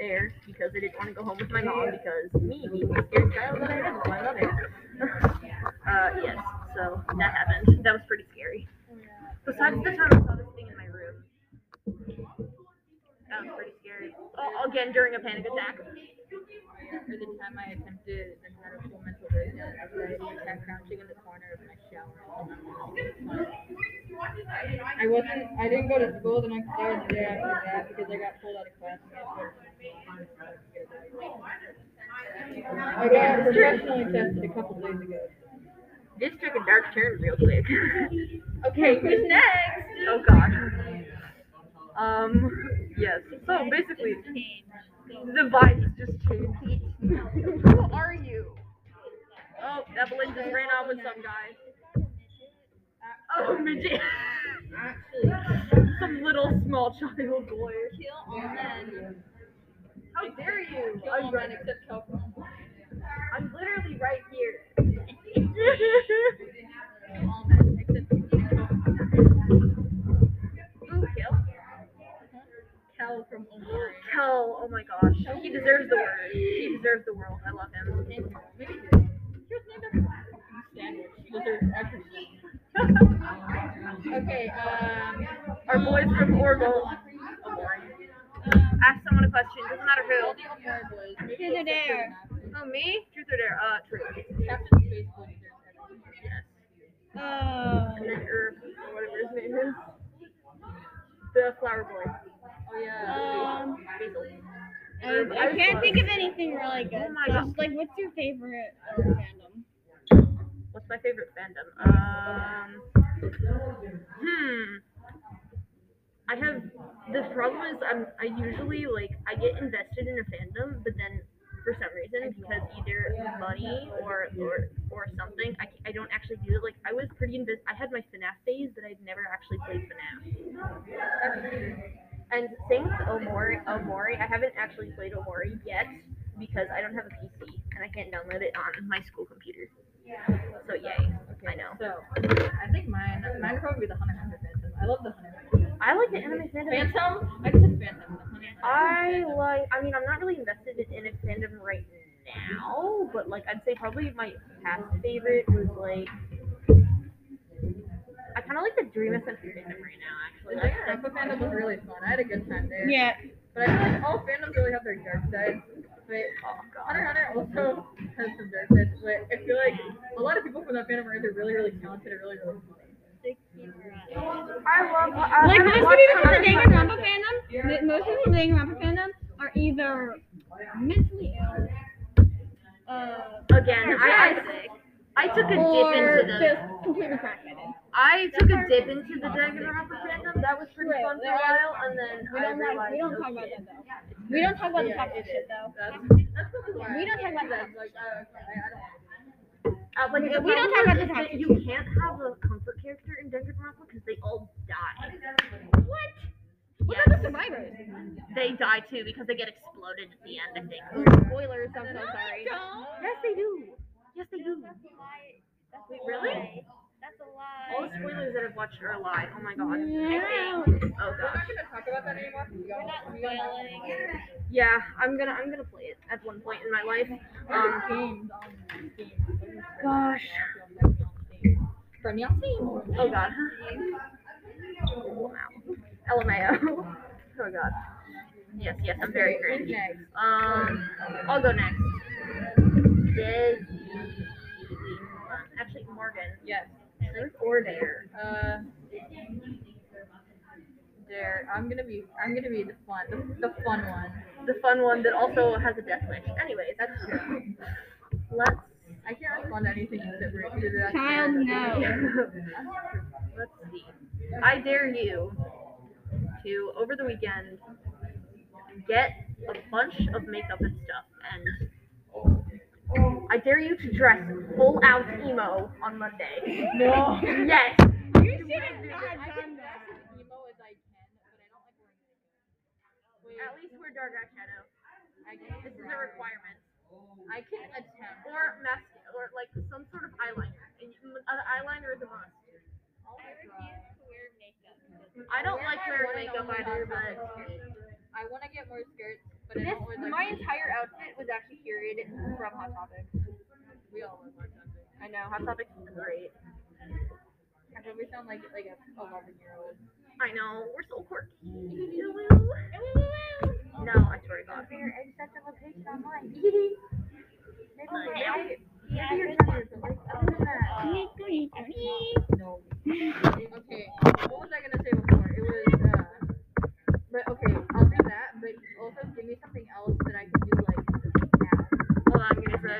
there because I didn't want to go home with my mom because me being the scared child that I am, my mother. uh, yes, so that happened. That was pretty scary. Besides the time I saw this thing in my room. That was pretty scary. Oh, again, during a panic attack.
Yeah, or the time I attempted and had a full mental breakdown after I kept crouching in the corner of my shower. I wasn't. I didn't go to school the next day or the day after that because I got pulled out of class. I got professionally tested a couple days ago.
This took a dark turn real quick.
Okay, who's next?
oh god. Um. Yes. So basically, the vibe has just changed. Who are you? Oh, Evelyn just ran off with some guy. a midget,
Actually,
some little small child boy.
kill all men.
How dare you?
Kill all men except Calcrum.
I'm literally right here.
Kill all men except Calcrum.
Who killed?
Cal from Omari.
Kel. Oh my gosh, he deserves the world. He deserves the world. I love him.
Maybe Here's another sandwich. Lizard actually. Okay, um.
Our boys from Orville.
um,
Ask someone a question. Doesn't matter
All
who.
the Omari boys. Maybe
Who's
they'll
there?
stick to
Oh me? Truth or dare? Uh, truth.
the map. Captain Space Boy.
Yes.
Oh.
And then Irv, or whatever his name is. The flower boy.
Oh, yeah.
Um,
Basil.
I, I can't think of anything really good.
Oh my
so
God.
just like, what's your favorite uh, fandom?
What's my favorite fandom? Um, hmm. I have the problem is I'm I usually like I get invested in a fandom, but then for some reason because either money or or, or something I, ca- I don't actually do it. Like I was pretty invested. I had my FNAF phase, but I'd never actually played FNAF. Uh, And same with Omori. Omori, I haven't actually played Omori yet because I don't have a PC and I can't download it on my school computer. So yay. I know.
So, I think mine, mine would probably be the Hunter x Hunter Phantom. I love the Hunter x Hunter.
I like the anime fandom.
Phantom? I said Phantom. The Hunter x
I
Hunter Phantom.
like. I mean, I'm not really invested in a fandom right now, but like, I'd say probably my past favorite was like. I kind of like the Dream Ascent fandom right now, actually.
The
Like,
Jack Phantom was really fun. I had a good time there.
Yeah.
But I feel like all fandoms really have their dark sides. But Hunter x Hunter also has some dark sides. But I feel like a lot of people from that fandom are either really, really talented or really, really funny.
I love. I
Like
haven't
most
watched
people from the
Hunter x Hunter.
Danganronpa fandom, the- most people from the Danganronpa fandom are either mentally ill, uh,
again, I, I I took a dip
or
into the.
just completely crackheaded.
I took a dip into the Danganronpa fandom. That was pretty fun for a while, and then
We
I
don't
realized.
like, we don't talk about that though. We don't talk about the
Yeah,
toxic
it
shit though.
That's, that's probably why.
We don't talk about
that. Like, I, I, I don't.
Uh, but
We
the
don't talk
problem is
about the
that
topic.
You can't have a comfort character in Danganronpa because they all die.
What about the survivors?
They die too because they get exploded at the end. I think.
Spoilers, I'm so sorry.
Yes, they do. Yes, they do. Wait, really?
That's a lie.
All the spoilers that I've watched are a lie. Oh my god.
No.
Oh
We're
god.
not gonna talk about that anymore. We all- we all-
Yeah, I'm gonna I'm gonna play it at one point in my life. Um,
games on games.
Gosh.
From your team.
Oh god. Wow. LMAO. Oh god. Yes, yes, I'm very cringe.
Next.
Um, I'll go next. Dizzy. Actually, Morgan.
Yes.
Truth or dare?
Uh, there. I'm gonna be. I'm gonna be the fun. The, the fun one.
The fun one that also has a death wish. Anyways, that's true. Let's
I can't respond to anything except for either that.
Child, no.
Let's see. I dare you to, over the weekend, get a bunch of makeup and stuff and. I dare you to dress full out emo on Monday. No. Yes.
You should have not done that.
Emo as I can, but I don't like wearing it. Wait,
At least wear dark eyeshadow.
I can.
This is a requirement.
I can attempt.
Or mask, or like some sort of eyeliner. And you- An eyeliner is a must.
oh
I don't like wearing makeup either, but
I want to get more skirts, but I
This,
don't wear like.
my entire outfit was actually curated from Hot Topic.
We all wear black outfits.
I know.
Hot Topic's great.
I know we sound like like a eleven year old.
I know, we're so quirky. No, I swear to God.
No. Okay. What was I gonna say before? It was. Uh, but okay, I'll do that. But also give me something else that I can do like now.
Hold on, I'm gonna say.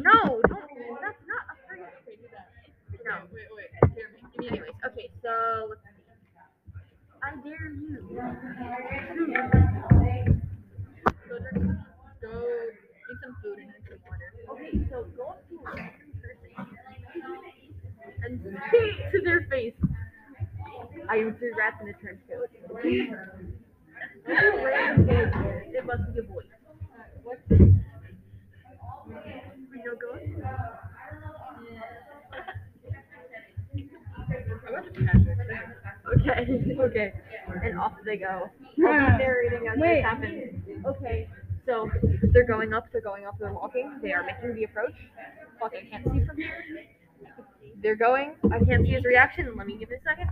No, don't. That's not a free. No.
Wait, wait, wait. Hear me. Give me anyway.
Anyways, okay, so let's see. I dare you.
Go drink. Go eat some food and drink some water.
Okay, so go up to a random person I would be wrapped in a trench coat. it must be a boy. You're good? Okay, okay. And off they go. I'll be narrating as
Wait.
this happens. Okay, so they're going up, they're going up, they're walking, they are making the approach. Fuck, I can't see from here. They're going, I can't see his reaction, let me give it a second.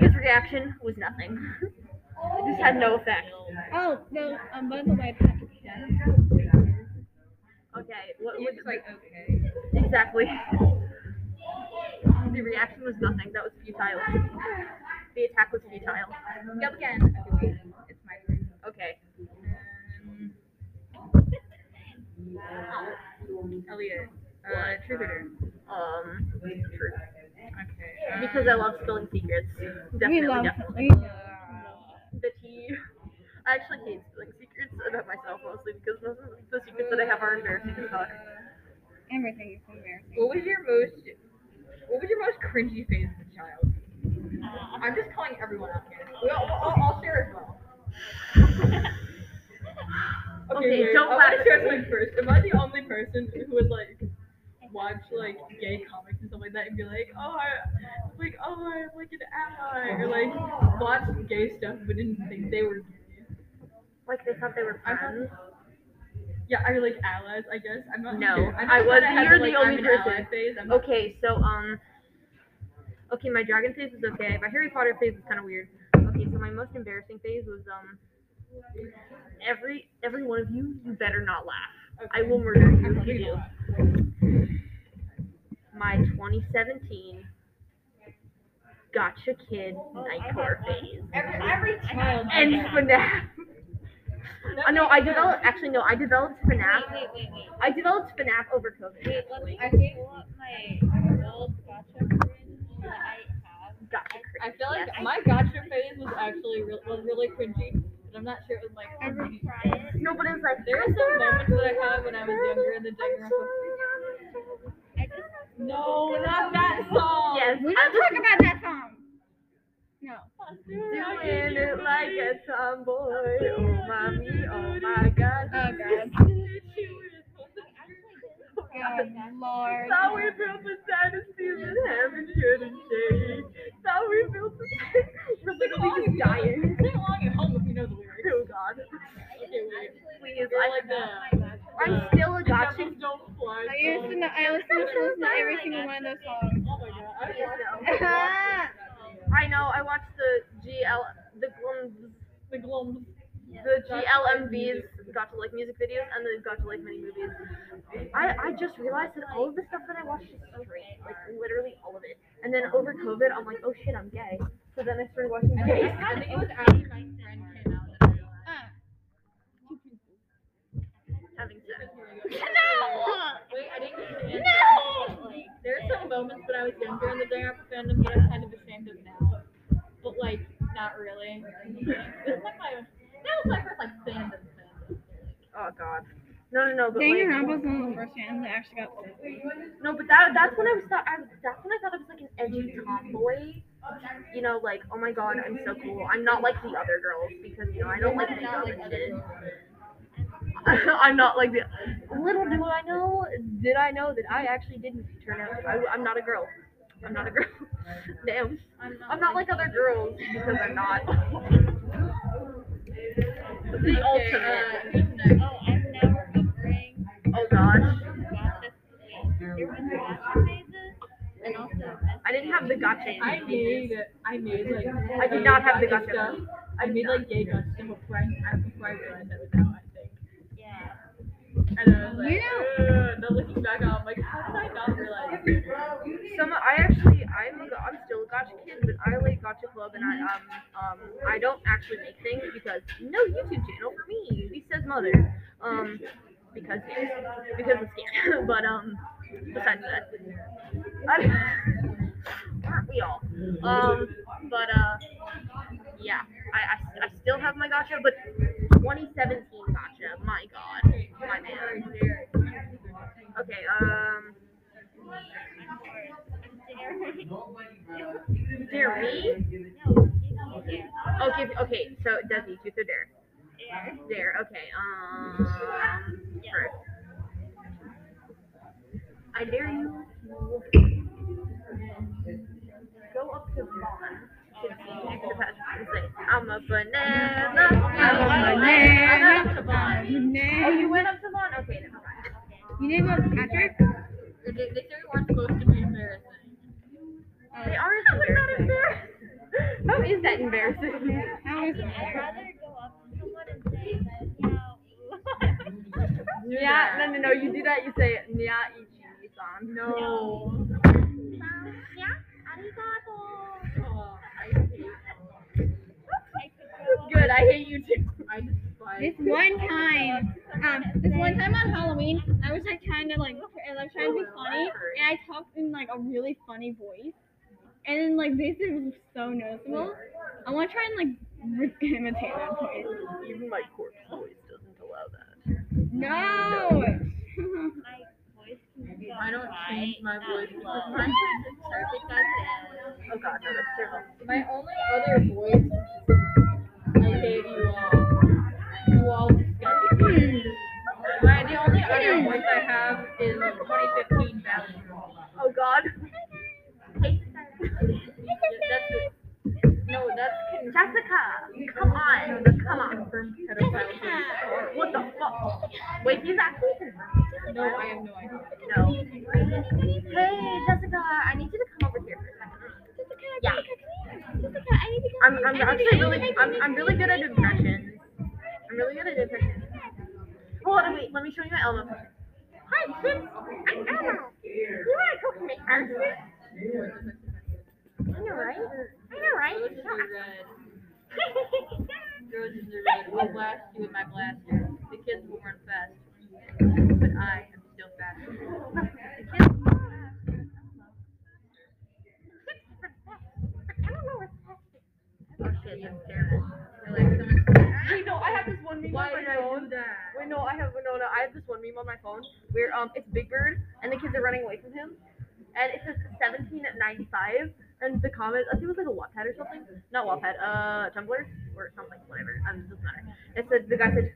His reaction was nothing. It just had no effect.
Oh, no, um, by the way, Patrick,
Okay, what
It
would,
was like, okay.
exactly. The reaction was nothing, that was futile. The attack was futile.
Yep, again. Okay, wait. It's my turn.
Okay,
Um, Elliot, uh, truth or dare?
um,
Okay.
because I love spilling secrets. Definitely,
uh, we love
definitely.
we,
The tea. I actually hate spilling secrets about myself mostly because most of the secrets that I have are embarrassing to talk.
everything is embarrassing.
What was your most what was your most cringy phase as a child?
Uh,
I'm just calling everyone out here. We all, we'll all, all share as well.
Okay,
Mary,
don't
I
laugh
want
at
to share
me.
something first. Am I the only person who would like watch like gay comics and stuff like that and be like, oh, I, like oh, I'm like an ally, or like watch gay stuff but didn't think they were gay?
Like they thought they were
I
friends.
Yeah, I like allies, I guess. I'm not.
No,
gay. I'm
I
just
was-
glad had
you're
like,
the only
I'm an
person.
Ally phase. I'm not-
Okay, so um, okay, my dragon phase was okay. My Harry Potter phase was kind of weird. Okay, so my most embarrassing phase was um, every every one of you, you better not laugh. I
okay.
will murder
I
you if
probably
you do.
not.
my 2017 Gotcha Kid Nightcore phase.
Every, every child.
And FNAF. Uh, no, I developed, actually, no, I developed FNAF.
Wait, wait, wait,
I developed FNAF over COVID.
wait. Let me pull up my old gotcha friend that I have.
Gotcha
I
Kid.
feel like
yes.
my gotcha phase was actually re- was really cringy, and I'm not sure it was like
Every
cringy.
Friday.
No, but it's like,
There are some moments that I had when I was younger in the Digger.
I just
No, not that song.
yes,
We
I
don't
was
talk about that song. No.
doing it like a tomboy. Oh, mommy, oh my god.
Oh, God. Oh, Lord.
Thought we built a dynasty in heaven, shouldn't shake. Thought we built a. We're literally just dying.
Sing along at home if you know the lyrics.
Oh god.
Okay, wait.
Please,
You're
I
like the.
I'm still a
the
gotcha.
Devils Don't fly.
I used to
song.
know, I listen to listen to every single one of those songs.
Oh my
Please,
god. I watched
no. I know. I watched the GL, the glum,
the Glum.
the GLMVs, Gotcha Like music videos, and the Gotcha Like mini movies. I I just realized that all of the stuff that I watched is straight, like literally all of it. And then over COVID, I'm like, oh shit, I'm gay. So then I started watching
I think,
gays.
I think it was after my friend came out that I realized.
Having sex.
Wait, I didn't get to answer. No! There are some moments when I was younger in the Dang Up fandom that I'm kind of ashamed of now. But, like, not really. This is like my, that was my first, like, fandom fandom.
Oh god. No, no, no. But
Dang,
like,
your was one of the first fans that actually got
No, but that that's when I was thought I, that's when I thought I was like an edgy tomboy. You know, like, oh my god, I'm so cool. I'm not like the other girls because you know I don't like the other shit. I'm not like the little do I know did I know that I actually didn't turn out I, am not a girl. I'm not a girl. Damn. I'm not like other girls because I'm not. the ultimate.
Uh, who's next?
Oh, I'm now recovering.
Oh gosh.
Gotcha. There was gotcha phases and also.
I didn't have the gotcha.
I made, I made, like,
I did not have the
gotcha
gotcha.
stuff. I
I
made,
did
like, gay gotcha stuff before I, uh, before I realized that was out, I think.
Yeah.
And I was like,
You
"Ugh," and then looking back on, I'm like, how did I not realize this?
Some I actually I'm a, I'm still a gotcha kid, but I like gotcha club and I
Mm-hmm.
um um I don't actually make things because no YouTube channel for me. He says mother. Um because because I'm scared. but um besides that. I, aren't we all? Um but uh yeah, I, I, I still have my gotcha, but 2017 gotcha. My god. My man. Okay, um
there.
Dare me? Okay, okay, so Desi, truth or dare?
Yeah.
Dare, okay, um, first. I dare you to go up to Vaughn, to the seat next to Patrick, and say, I'm a banana, I'm a banana. I went up to Vaughn. Oh,
Banana.
you went up to Vaughn? Okay, never mind.
You name was Patrick?
They, they said we weren't supposed to be embarrassing.
They are embarrassing. How is that embarrassing?
How is
I'd rather go up to someone and say, "Meow."
Yeah, no, no, no. You do that. You say Nya Ichi san. No.
um,
Oh, I
I
hate
could go up
Good. I hate you too.
I despise
This one time, um, this one time on Halloween, I was like trying to like, and I was trying to be funny, and I talked in like a really funny voice, and then like this is so noticeable. I want to try and like re- imitate that voice.
Even my corpse voice doesn't allow that.
No.
my voice can go
I don't
high,
change Um, my
not
voice because
low.
mine is perfect as it is.
Oh God, no, that's terrible.
My only other voice I gave you all. You all disgust me. My the only other voice I have is 2015 Valley.
Oh God.
That's the- no, that's con-
Jessica, come on, come on.
confirmed pedophile.
What the fuck? Wait, he's actually confirmed.
No, I have no idea.
No. Hey, Jessica, I need you to come over here for a second. Yeah. I'm, I'm actually really, I'm, I'm really good at impressions. I'm really good at impressions. Hold on, wait, let me show you my Elmo. Hi, Chips. I'm Elmo. You want to cook me Elsa? I know, right? I know, right?
Roses are red. Roses are red. I'll blast you with my blaster. The kids will run fast, but I am still faster.
Oh shit, that's terrible.
They're like, someone's
Wait, no, I have this one meme
Why
on
did
my
I
phone.
do that?
Wait, no, I have no, no, I have this one meme on my phone where um it's Big Bird and the kids are running away from him, and it says 1795, and the comment I think it was like a Wattpad or something, not Wattpad, uh Tumblr or something, whatever. Um, doesn't matter. It said the guy said,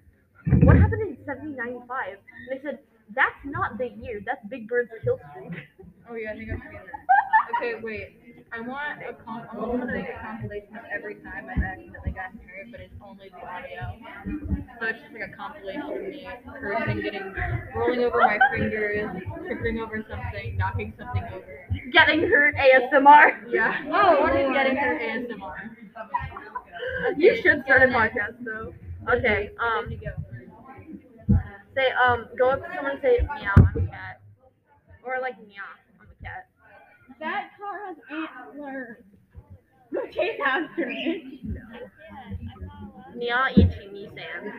"What happened in 1795?" And they said, "That's not the year. That's Big Bird's kill streak."
Oh yeah, I think I've seen that. Okay, wait. I want a com- I want to make a compilation of every time I accidentally got hurt, but it's only the audio. So it's just like a compilation of me cursing, getting rolling over my fingers, tripping over something, knocking something over.
Getting hurt ASMR.
Yeah. Oh, what is getting hurt ASMR?
You should start a podcast though. Okay. Um.
There you go.
Say, um, go up to someone and say, meow, I'm a cat. Or like, meow, I'm a cat.
That car has antlers. Go chase after it.
Meow, ichi, ni, san.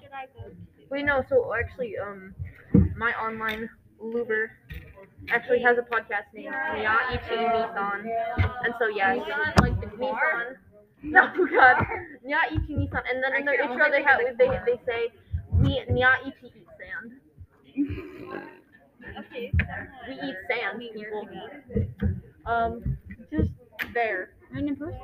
Should I go?
Wait, no, so actually, um, my online Luber actually has a podcast named Meow, ichi, ni, san. And so, yes.
You sound like the
Ni,
car.
san. No, God. Meow, ichi, ni, san. And then in their
I can't-
intro, they have,
I don't
they,
think I
they say, E "Ni- meow, ichi, eat sand.
Okay.
We eat sand, people. Um, just there.
Random person.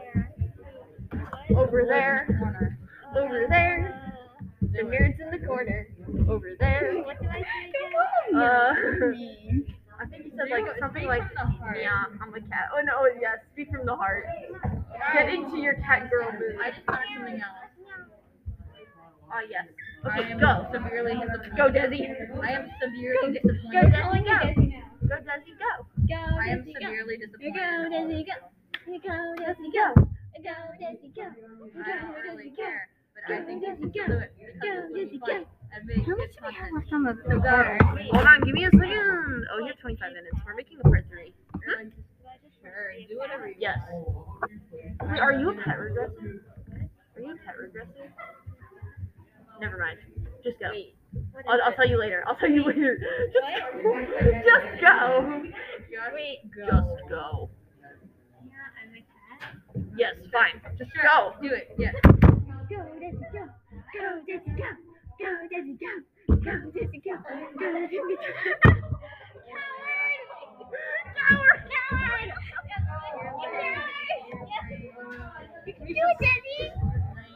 Over there.
Corner.
Over there. The nerd's in the corner. Over there.
What do I say again?
Uh,
Me.
I think he said like
Dude,
something
speak
like,
from the heart.
"Yeah, I'm a cat." Oh no, yeah, speak from the heart. Get into your cat girl mood.
I just thought of something else.
Oh yes.
I
Okay,
am
go,
severely disappointed.
go, Desi.
I am
Go,
severely disappointed.
Desi, go. Go, Desi, go.
Go,
I am
Desi, go.
severely
Go,
disappointed.
Desi, go. Go, Desi, go.
Go.
Go, Desi, go.
I don't really care, but I
Go,
think
Desi,
you
go.
can do it because
Go,
it's
Desi,
fun. I make
How much
good
do we have
content.
left on the
So go.
bar?
Hold on, give me a second. Oh, you have 25 minutes. We're making a part three.
Everyone just- Sure, do whatever you
Yes. Wait, are you a pet regressor? Are you a pet regressor? Never mind. Just go.
Wait, what
I'll,
is
I'll
it?
tell you later. I'll tell you later. Just go. Just go.
Just
Just go.
go.
I'm a cat.
Yes, fine. Just
Sure,
go.
do it. Yes.
Go, Desi, go. Go, Desi, go. Go, Desi, go. Go, Desi, go. Go, Desi, go.
Coward, coward.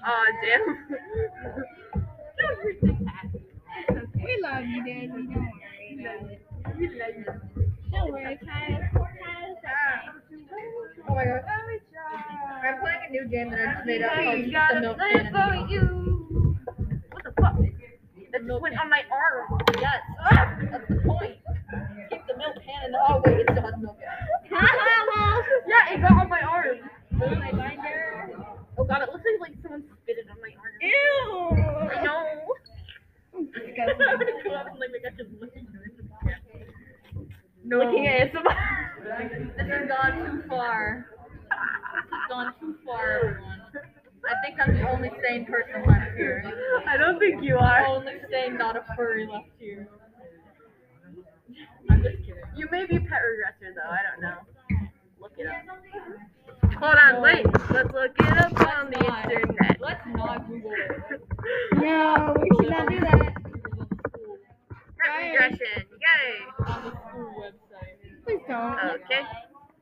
Uh, am.
We love you, Daddy. Don't worry about it. Don't worry, Kyle. Kyle's
Oh my god. I'm playing a new game that I just made up
Hey,
called
you
Keep
gotta
the Milk
play
Can in the
for
Milk.
you. What the fuck? That just went on my arm. Yes. Ah!
That's the point. Keep the milk can in the. Oh wait, it still has milk in it.
Yeah, it got on my arm.
My binder.
Oh god, it looks like, like someone spit it on my arm.
Ew.
I know. no. Looking at ASMR.
This has gone too far. This has gone too far, everyone. I think I'm the only sane person left here.
I don't think you
The
are.
only sane, not a furry left here. I'm just kidding.
You may be a pet regressor though. I don't know. Look it up. Hold on, wait. Let's look it up on the internet.
Let's not Google it.
No, we should not do that.
Pet regression. Yay.
On the school website.
Please don't.
Okay.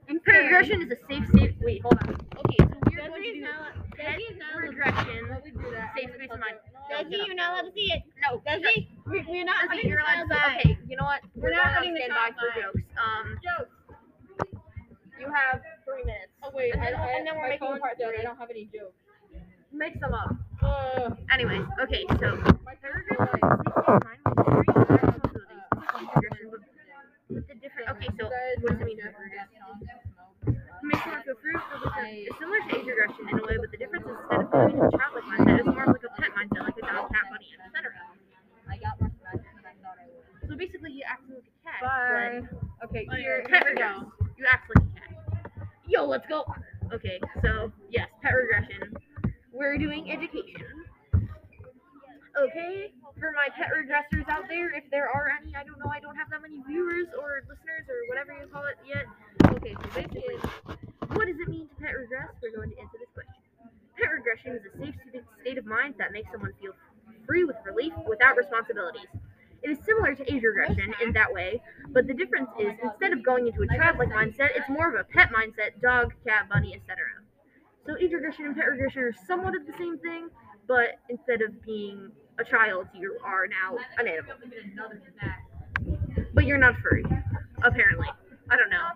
I'm
Pet
scared.
regression is a safe, safe. Wait, hold on. Okay, so we're
Daddy,
going to
you're
do
not-
pet
Daddy, you're not allowed-
regression.
Let me do that.
Safe space mine.
Daddy, you're not allowed to see it.
No,
Daddy,
shut-
we- we're not
Lizzie,
letting
you're allowed
Kyle
to.
by.
Okay, you know what?
We're not
We're not
letting
on
the
standby
child
for
by.
jokes. Um,
Jokes.
you have three minutes.
Oh wait,
And then-
I, I,
and then we're
my
making
phone's
part
dead.
three.
I don't have any jokes.
Make some up.
Uh,
Anyways, okay, so
my
third
phone's
regression
dead.
is mine with three possibilities. Each regression with- with the different. Okay, so what does it mean? to have regression? Makes more for fruit. but with a- It's similar to age regression in a way, but the difference is instead of going to a child-like mindset, it's more of like a pet mindset, like a dog, cat, bunny, etc.
I got more than I thought I would.
So basically, you act like a cat. but
Bye.
Okay,
Like,
here,
pet
here we go.
regression. You act like a cat. Oh, Yo, let's go. Okay, so yes, pet regression. We're doing education. Okay, for my pet regressors out there, if there are any, I don't know, I don't have that many viewers or listeners or whatever you call it yet. Okay, so basically, what does it mean to pet regress? We're going to answer this question. Pet regression is a safe st- state of mind that makes someone feel free with relief without responsibilities. It is similar to age regression in that way, but the difference is instead of going into a childlike mindset, it's more of a pet mindset, dog, cat, bunny, etc. So age regression and pet regression are somewhat of the same thing, but instead of being a child, you are now an animal. But you're not furry, apparently. I don't know.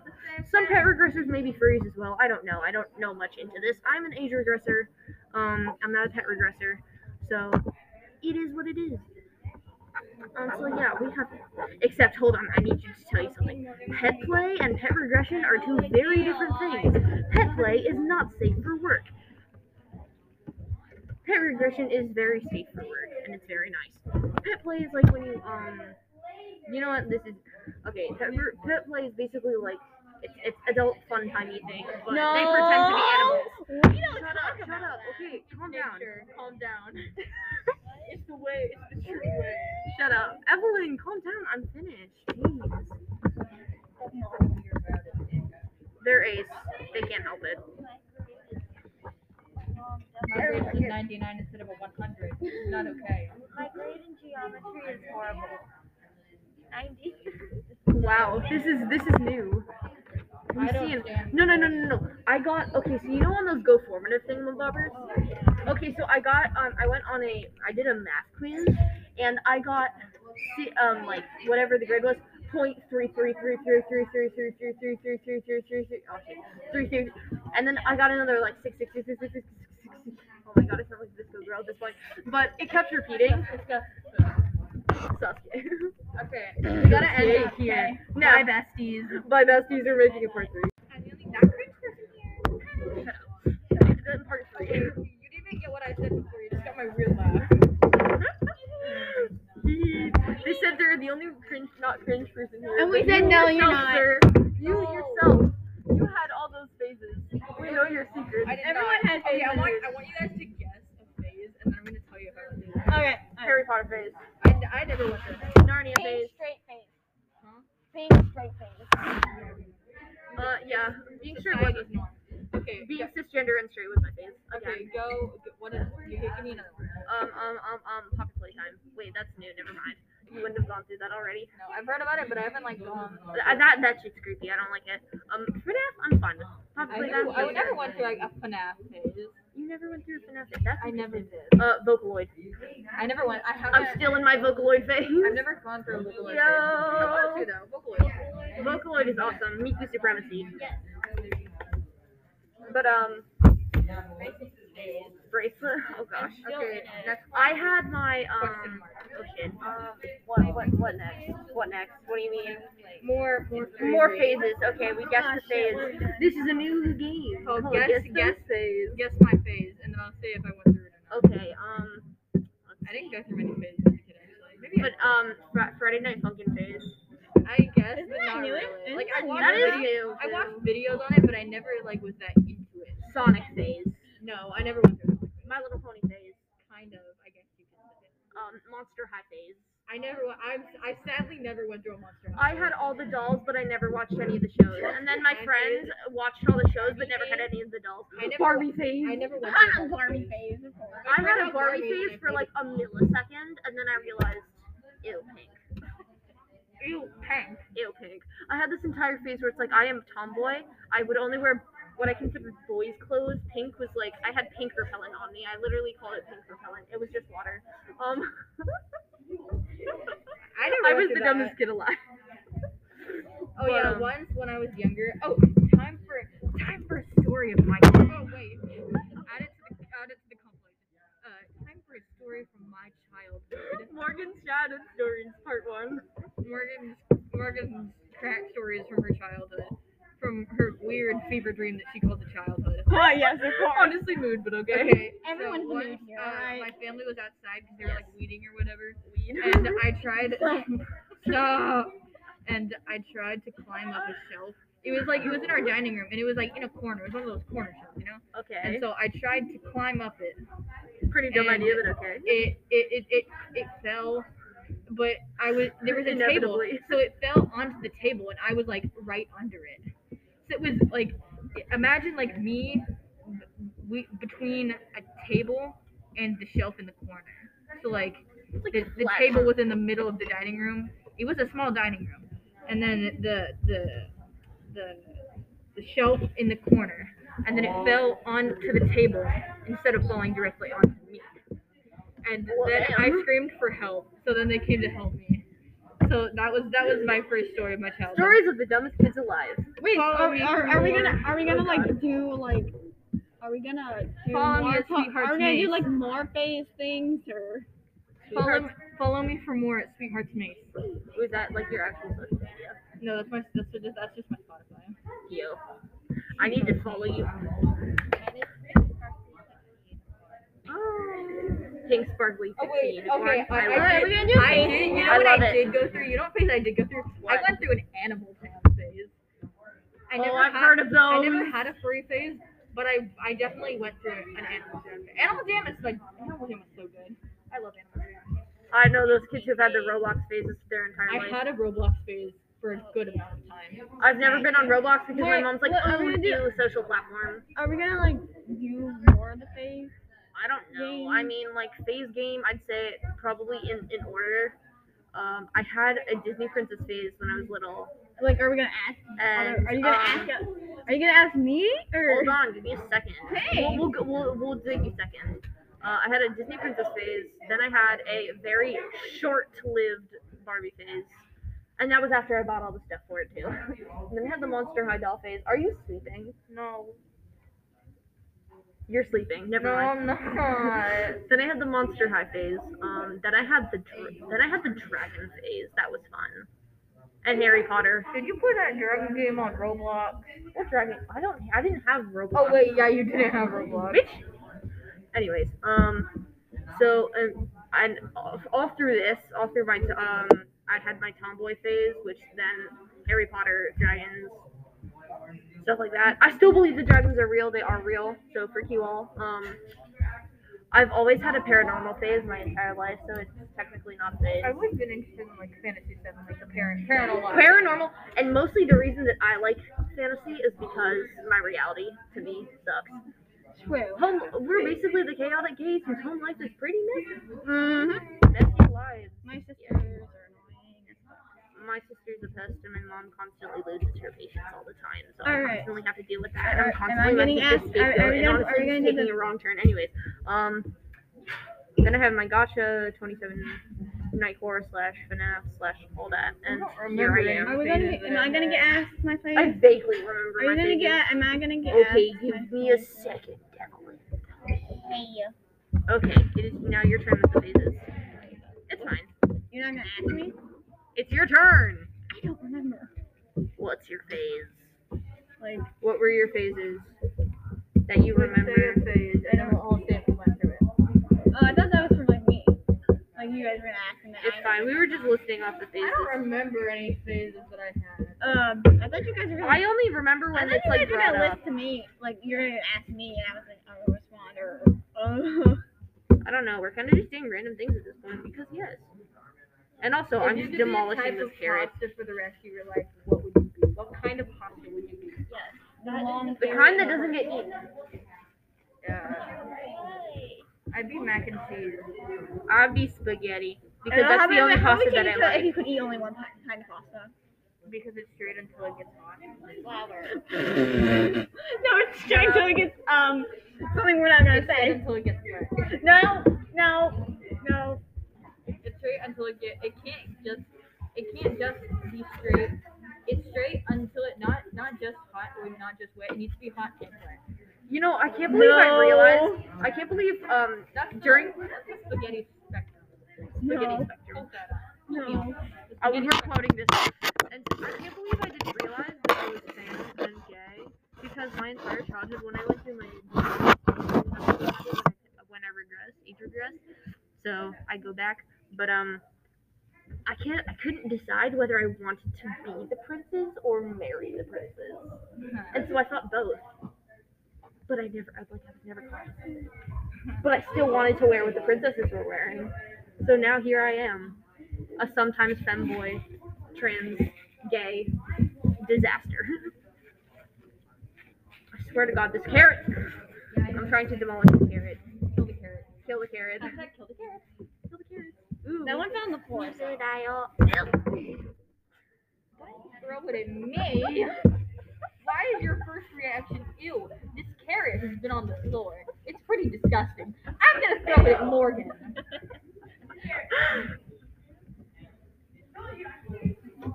Some pet regressors may be furries as well. I don't know. I don't know much into this. I'm an age regressor. Um, I'm not a pet regressor, so it is what it is. Um, so yeah, we have. Except, hold on. I need you to tell you something. Pet play and pet regression are two very different things. Pet play is not safe for work. Pet regression is very safe for work, and it's very nice. Pet play is like when you um, you know what? This is okay. Pet, re- pet play is basically like it's, it's adult fun timey thing, but they pretend to be animals.
We don't
Shut
talk
up! Shut
about
up!
that.
Okay, calm down.
Nature, calm down. it's the way, it's the true way.
Shut up, Evelyn. Calm down. I'm finished. Jeez. They're ace. They can't help it.
My grade is 99 instead of a 100. It's not okay.
My grade in geometry is horrible. 90.
Wow, this is this is new.
I don't
seeing-
stand
No, no,
for
no,
it.
no, no. I got okay. So you know on those go formative thingamabobbers? Okay, so I got um, I went on a, I did a math quiz, and I got, si- um, like whatever the grade was, point three three three three three three three three three three three three three three, oh shit, three three, and then I got another like six six six six six six six. six. Oh my god, I sound like a disco girl at this point, but it kept repeating. Sasuke.
Okay, we gotta end it here.
No,
Bye, besties.
my besties are making a part three. Then part three.
You didn't even get what I said before. You just got my real laugh.
they said they're the only cringe, not cringe person here.
And we
But
said,
you
"No, you're
yourself,
not."
Sir, you yourself. You had all those phases. We know your secrets.
I did
Everyone
not.
had
Okay, I
phases.
want, I want you guys to guess a phase, and then I'm gonna tell you if I was doing
Okay.
Harry Potter phase.
I, I never went through that.
Narnia phase.
straight face.
Huh?
Pink straight face.
Uh, yeah. Being straight was
Society's norm. Okay,
being
go-
cisgender and straight was my phase. Again.
okay,
Oh,
go. What is? You give me another one.
Um, um, um, um, pocket playtime. Wait, that's new. Never mind. You wouldn't have gone through that already.
No, I've heard about it, but I haven't like gone.
Uh, that that shit's creepy. I don't like it. Um, FNAF, I'm fine with. Pocket
I,
playtime.
never, I never went through like a FNAF phase.
You never went through phonetics. That's
I never
interesting.
did.
Uh, Vocaloid.
I never went. I
I'm
haven't.
still in my Vocaloid phase.
I've never gone through a Vocaloid.
Yo.
I want to though. Vocaloid.
Vocaloid is awesome. Meet the Supremacy. But um, bracelet. Oh gosh.
Okay. Next
I had my um.
question mark.
Oh shit. Um, what what what next? What next? What do you mean?
More.
More phases. Okay, we guess the phase. This is a new game.
Oh,
Called
guess,
the-
guess phase. Guess my phase, and then I'll say if I went through it or not.
Okay. Um,
I didn't go through many phases as a kid, actually. Maybe
but um, Fr- Friday Night Funkin' phase.
I guess, but
that
not
new?
really.
Isn't
Like
that
I
new?
watched,
That is
video-
new.
I watched videos on it, but I never like was that into it.
Sonic phase.
No, I never went through. It.
My Little Pony phase.
Kind of, I guess you could say.
Um, Monster High phase.
I never. went- I'm. I sadly never went through a monster.
I had
Hunter.
all the dolls, but I never watched any of the shows. And then my friends watched all the shows, but never had any of the dolls.
I never-
Barbie phase.
I never went
Ah,
through. a Monster
Barbie
Hunter.
phase, of
I
course.
My
had a
friend
Barbie
and
phase
I
for
hated
like a millisecond, and then I realized, ew, pink.
Ew, pink.
Ew, pink. I had this entire phase where it's like, I am tomboy. I would only wear what I considered boys' clothes. Pink was like, I had pink repellent on me. I literally called it pink repellent. It was just water. Um,
I never.
I
went
was
through
the
that.
dumbest kid alive.
Oh yeah,
But, um,
once when I was younger. Oh, time for time for a story of my. Oh wait, add it to the add it to the compilation. Uh, time for a story from my childhood.
Morgan Shannon stories, part one.
Morgan's Morgan's crack stories from her childhood, from her weird fever dream that she calls a childhood.
Oh, yes, of course.
Honestly, mood, but okay.
Okay,
Everyone's in
so
the
once,
mood here,
uh,
alright?
my family was outside because they were like weeding or whatever, and I tried stop, and I tried to climb up a shelf. It was like it was in our dining room, and it was like in a corner. It was one of those corner shelves, you know. And
Okay.
so I tried to climb up it.
Pretty dumb
and-
idea, but okay.
It it it it, it fell, but I was there was a table.
Inevitably.
So it fell onto the table, and I was like right under it. So it was like, imagine like me, we between a table and the shelf in the corner. So like, the, the
flat
table was in the middle of the dining room. It was a small dining room, and then the the the the shelf in the corner, and then it fell onto the table instead of falling directly onto me. And
Well,
then I
damn.
screamed for help. So then they came to help me. So that was that was my first story of my childhood.
Stories of the dumbest kids alive.
Wait,
Follow
are,
me
are, are we
for-
gonna are we gonna like do like are we gonna do
Follow me
more
as
po-
sweetheart's
are we gonna do
mace.
like more phase things or
Follow, follow me for more at Sweetheart's Mace.
Was that like your actual social media?
No, that's my that's just that's just my Spotify.
Yo. I need to follow you. Pink sparkly 15.
Oh,
I, love it.
gonna do? I
phase?
did. You know
I
what
love
I
it.
did go through? You know what phase I did go through?
What?
I went through an animal town phase. I never
oh, I've
had,
heard of those.
I never had a furry phase, but I I definitely went through an animal jam. Animal jam is like animal jam is so good. I love animal jam.
I know those kids who've had the Roblox phases their entire life.
I had a Roblox phase for a good amount of time.
I've never been on Roblox because my
Wait,
mom's like,
what are
oh, we
we gonna
do social platform.
are we gonna like do more of the phase?
I don't know. I mean, like phase game, I'd say probably in in order. Um, I had a Disney princess phase when I was little,
Like are we gonna ask
and
are you
Uh,
gonna
um,
ask are you gonna ask me or
oh.
Hold on, give me a second. We'll we'll go- we'll, we'll take a second. Uh, I had a Disney princess phase. Then I had a very short-lived Barbie phase, and that was after I bought all the stuff for it too. And then I had the Monster High doll phase. Are you sleeping?
No.
You're sleeping. Never mind.
I'm not.
Then I had the Monster High phase. Um, then I had the dra- then I had the Dragon phase. That was fun. And Harry Potter.
Did you play that dragon game on Roblox?
What dragon? I don't. I didn't have Roblox.
Oh wait, yeah, you didn't have Roblox.
Bitch. Anyways, um, so um, and all, all through this, all through my t- um, I had my tomboy phase, which then Harry Potter, dragons, stuff like that. I still believe the dragons are real. They are real. So freak you all. Um, I've always had a paranormal phase my entire life, so it's technically not a phase.
I've always been interested in like fantasy stuff, and, like the parent paranormal.
paranormal and mostly the reason that i like fantasy is because my reality to me sucks
true?
home we're basically the chaotic gays whose home life is pretty messy
Mm-hmm.
messy lives
My sisters are annoying.
my sister's a pest, and my mom constantly loses her patience all the time, so I
All right.
constantly have to deal with that. And I'm
Are- am I
constantly my
getting
sister's
asked- are-
scapegoat,
are we
and
gonna-
honestly,
are we gonna
it's
do
taking a
the-
wrong turn. Anyways, um, then I have my gotcha 27 night horror slash FNAF slash all that, and
don't
here
remember
I am.
Are we gonna? Get, am I gonna get asked my face?
I vaguely remember.
Are you
my
gonna
thing
get? Am I gonna get?
is, Okay,
asked my
give me a
face?
second, devil.
Hey,
Okay, it is now your turn with the phases. It's fine.
You're not gonna ask me?
It's your turn.
I don't remember.
What's your phase?
Like
What were your phases that you remember?
And then we'll all stand and went through it.
Oh, I thought that was from like me. Like you guys were gonna ask me that.
It's fine. We were just listing off the
I
phases.
don't remember any phases that I had.
Um, I thought you guys were. Gonna,
I only remember
I
when
thought
it's
you guys
like
were
brought
gonna
up.
list to me. Like you're gonna ask me, and I was like, I will respond or. Oh.
I don't know. We're kind of just doing random things at this point because yes. And also, I'm
If
just
you could be a
demolishing
type
this
of
carrot.
Pasta for the rest of your life. What would you be? What kind of pasta would you be?
Long
The kind that doesn't get eaten.
Yeah. I'd be mac and cheese.
I'd be spaghetti because
And how
that's the
about-
only
how
pasta
we
that
can
I
eat it If
like.
you could eat only one pi- kind of pasta.
Because it's straight until it gets hot.
No, it's strange until it gets um something we're not gonna
It's straight
say.
until it gets wet.
No, no, no.
It's straight until it get. It can't just. It can't just be straight. It's straight until it not not just hot or not just wet. It needs to be hot and wet.
You know, I can't believe I
No.
realized. I can't believe um
That's the-
During-
that's the spaghetti spectrum.
spaghetti
No,
spectrum.
Look that up.
no.
The
I was
spaghetti
quoting this, and I can't believe I didn't realize that I was trans and gay because my entire childhood, when I lived in my when I regress, age regress, so I go back, but um, I can't, I couldn't decide whether I wanted to be the princess or marry the princess,
spectrum.
and so I thought both. But I never, I like, I was never caught. But I still wanted to wear what the princesses were wearing. So now here I am, a sometimes femboy, trans, gay disaster. I swear to God, this carrot. I'm trying to demolish the carrot.
Kill the carrot.
Kill the carrot.
Hashtag kill the carrot.
Kill the carrot. Ooh.
That one fell on the floor.
Suicidal.
Throw it at me. Why is your first reaction, ew, this carrot has been on the floor? It's pretty disgusting. I'm gonna throw it at Morgan.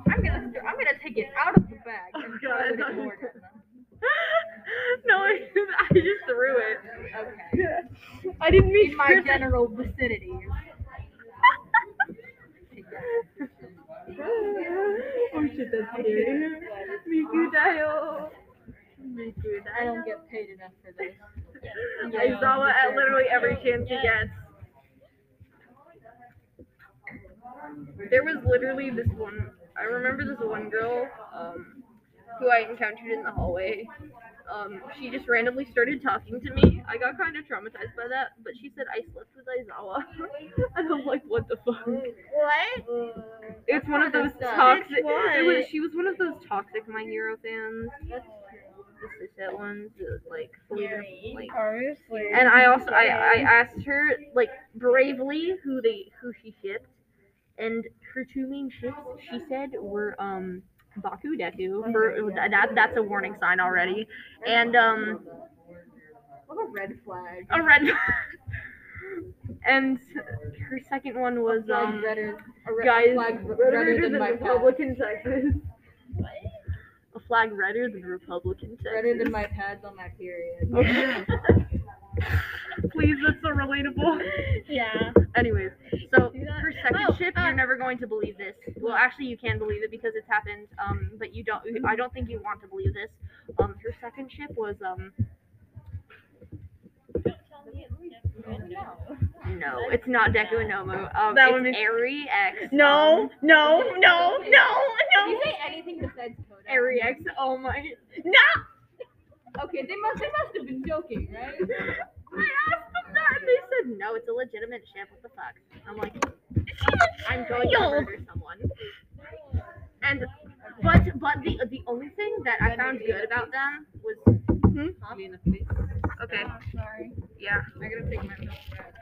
I'm gonna, throw, I'm gonna take it out of the bag and throw
God, I
it
thought
at
you-
Morgan.
no, I, I just threw it.
Okay.
I didn't mean
In my general vicinity.
Oh shit, that's scary. Miku Dayo. Miku
I
Dayo.
don't get paid enough for this.
I saw it at literally every chance he gets. There was literally this one. I remember this one girl um, who I encountered in the hallway. Um, she just randomly started talking to me. I got kind of traumatized by that, but she said I slept with Aizawa, and I'm like, what the fuck?
What?
It's one of those
That's kinda
toxic. It was, she was one of those toxic My Hero fans. The that ones. It was like, believe in- like eh.
Seriously.
and I also I, I asked her like bravely who they who she shipped, and her two main ships she said were um Baku Deku. For that that's a warning sign already, and um
What a red flag.
a red. and her second one was
Flag
um
redder, a red
guys
flag
redder than
my pad.
Republican Texas. A flag redder than Republican Texas.
Redder than my pads on my period.
Okay. Please, that's so relatable.
Yeah.
Anyways, so
Do that.
her second
Oh,
ship, you're never going to believe this. Well, actually, you can believe it because it's happened. Um, but you don't. I don't think you want to believe this. Um, her second ship was um. No, Oh, it's not Deku and Nomu. Um,
That
it's
would be-
Airy X.
No,
um,
no, no, no,
Did
no.
you say anything besides Coda?
Airy X. Oh my.
Okay, they must they must have been joking, right?
I asked them that, and they said no. It's a legitimate ship. What the fuck? I'm like, I'm going to
Yo.
murder someone. And but but the the only thing that I found good about them was okay.
Sorry.
Yeah,
I gotta take my milk bread.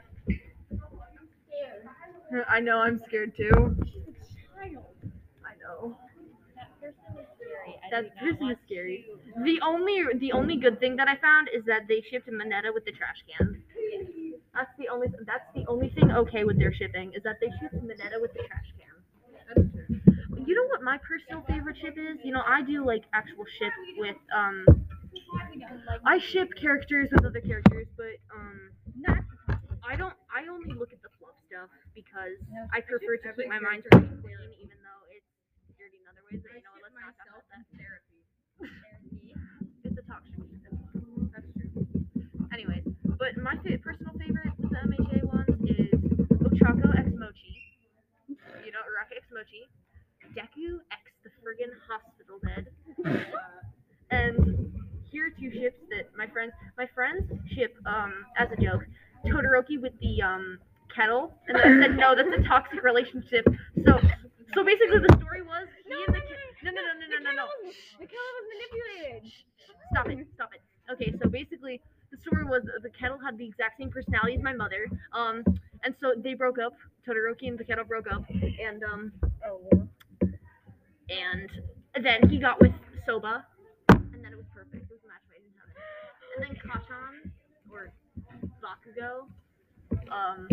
I know. I'm scared too. I know. That this is scary. The only the only good thing that I found is that they shipped Minetta with the trash can. That's the only that's the only thing okay with their shipping is that they shipped Minetta with the trash can.
That's true.
But You know what my personal favorite ship is? You know, I do like actual ship with um I ship characters with other characters, but um I don't I only look at the fluff stuff because I prefer to keep my mind pretty clean even though it's dirty in other ways, but you know what, let's not talk about that.
therapy.
It's a talk show. That's true. Anyways, but my fa- personal favorite with the MHA ones is Ochako X Mochi. You know, Uraka X Mochi. Deku X the friggin' hospital bed. and here are two ships that my friends my friends ship um as a joke Todoroki with the um kettle and then I said no that's a toxic relationship so so basically the story was he and the ke- no no no no no no no
The killer was manipulated.
stop it, stop it. Okay, so basically, the story was that the kettle had the exact same personality as my mother. Um, and so they broke up. Todoroki and the kettle broke up, and um, and then he got with Soba, and then it was perfect. It was a match made in heaven. And then Kachan or Bakugo, um.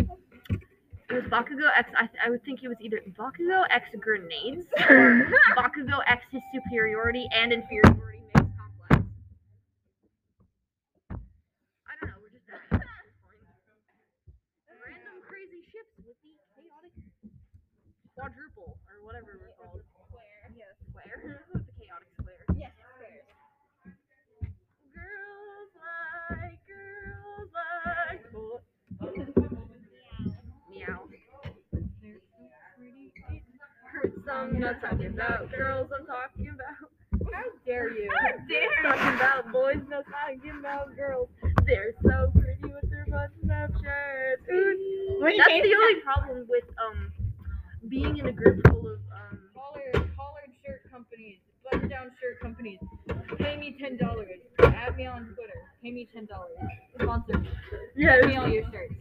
It was Bakugo X. I, I would think it was either Bakugo X grenades or Bakugo X his superiority and inferiority mix complex. I don't know, we're just at this point. Random crazy ships with the chaotic quadruple or whatever we're called. Square. Yeah, square. the chaotic square.
Yes,
Girls like girls like boy. Meow. Hurts I'm not talking about girls, I'm talking about How dare you? How dare talking about boys, no talking about girls. They're so pretty with their button up shirts. Ooh.
What do you
That's
say?
the only problem with um being in a group full of um
Collard, collared shirt companies, button down shirt companies. Pay me ten dollars. Add me on Twitter. Pay me ten dollars. Sponsor me.
Yeah,
Send me all your shirts.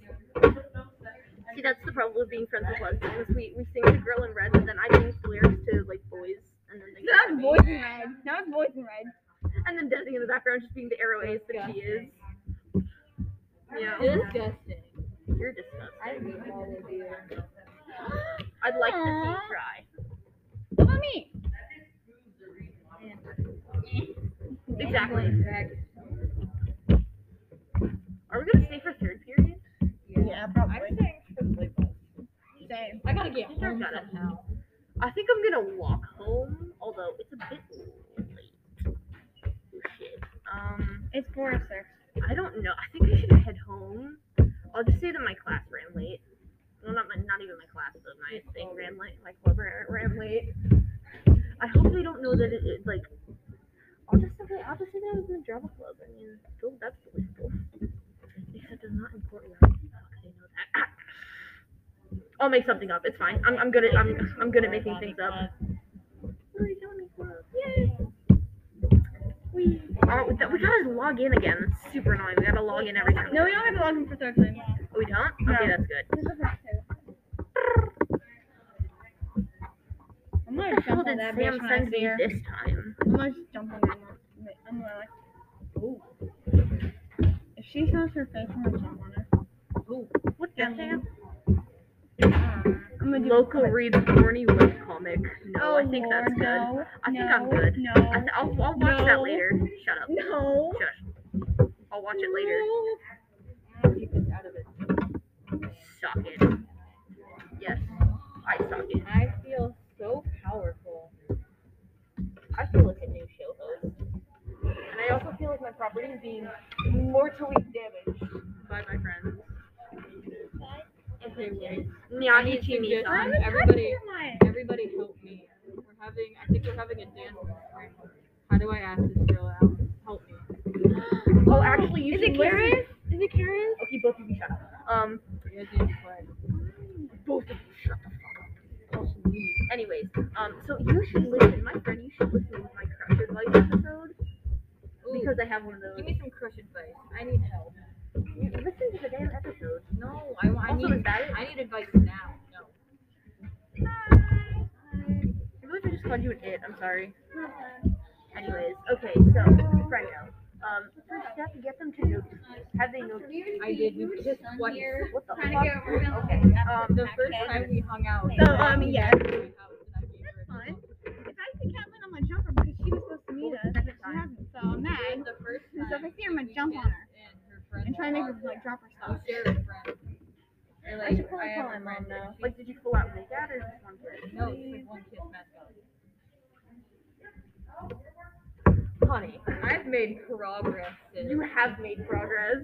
See, that's the problem with being friends with lesbians. We we sing to girl in red, but then I change the lyrics to like boys, and then they
That was boys in red. That was boys in red.
and then Desi in the background just being the arrow ace that she is. Yeah,
Disgusting.
you're disgusting.
I hate all of you.
I'd like to see you
Aw.
try.
What about me?
Exactly. Are we gonna stay for third period?
Yeah, probably. Same.
I gotta get
I think I've
home
got it.
somehow.
I think I'm gonna walk home, although it's a bit late. Oh shit. Um.
It's Forrester.
I don't know. I think I should head home. I'll just say that my class ran late. Well, not my, not even my class, but my thing ran late. Like whoever ran late. I hope they don't know that it, it like. I'll just say I'll just say that I was in the drama club. I mean, still, that's believable. Except it's not important. Fuck, they know that. I'll make something up. It's fine. I'm, I'm good at I'm I'm good at making things up. Where are you going, Nicola? Oh, we we gotta log in again. It's super annoying. We gotta log in every time.
No, we don't have to log in for third time.
We don't? Okay, that's good.
This is the first time. I'm gonna
What the hell
jump on
did
that
Sam
bitch when I
send
see
me
her.
this time?
I'm gonna just jump on that. one. I'm gonna like. If she shows her face, I'm gonna jump on her.
What the hell?
I'm gonna do
Local reads horny web comic. No,
Oh,
I think that's
Lord,
good.
No,
I think
no,
I'm good.
No.
I th- I'll, I'll watch that
No.
later. Shut up.
no.
Shush. I'll watch it later.
Keep this out of it.
Suck it. Yes, I suck it.
I feel so powerful.
I feel like a new show host. And I also feel like my property is being mortally damaged by my friends.
Okay, wait. I need to
Nyahitimi.
just- everybody, everybody help me. We're having, I think we're having a dance. right now. How do I ask this girl out? Help me.
Oh, actually, you
Is
should
it Karen?
listen-
Is it Karen?
Okay, both of you shut up. Um,
You guys need to play.
both of you shut the fuck up. Anyways, um, so you should listen, my friend. You should listen to my crush advice episode
Ooh,
because I have one of those.
give me some crush advice. I need help.
You listen to the damn episode.
No, I, want- I
also, is
need,
that it?
I need advice now. No.
I believe I just called you an it. I'm sorry. Anyways, okay, so Frendo. Um, first step, get them to notice. you. Have they noticed?
I did. We just one year.
What the
Trying
fuck?
to get over
Okay. Um,
The first time we hung out.
So, um, yeah.
That's fine.
fine. If I see Catelyn, I'm gonna jump her because she was supposed to meet us. She hasn't, so I'm mad.
The first
So if I
time.
see her, I'm gonna jump on her and try to make her like drop her stuff.
I'll share with friends. They're like,
I should probably
I
call
have a
him
friend
mom now.
that
Like, did you pull out with your dad or just one
she-
kid?
No, it's like one kid messed up.
Honey,
I've made progress. Since.
you have made progress.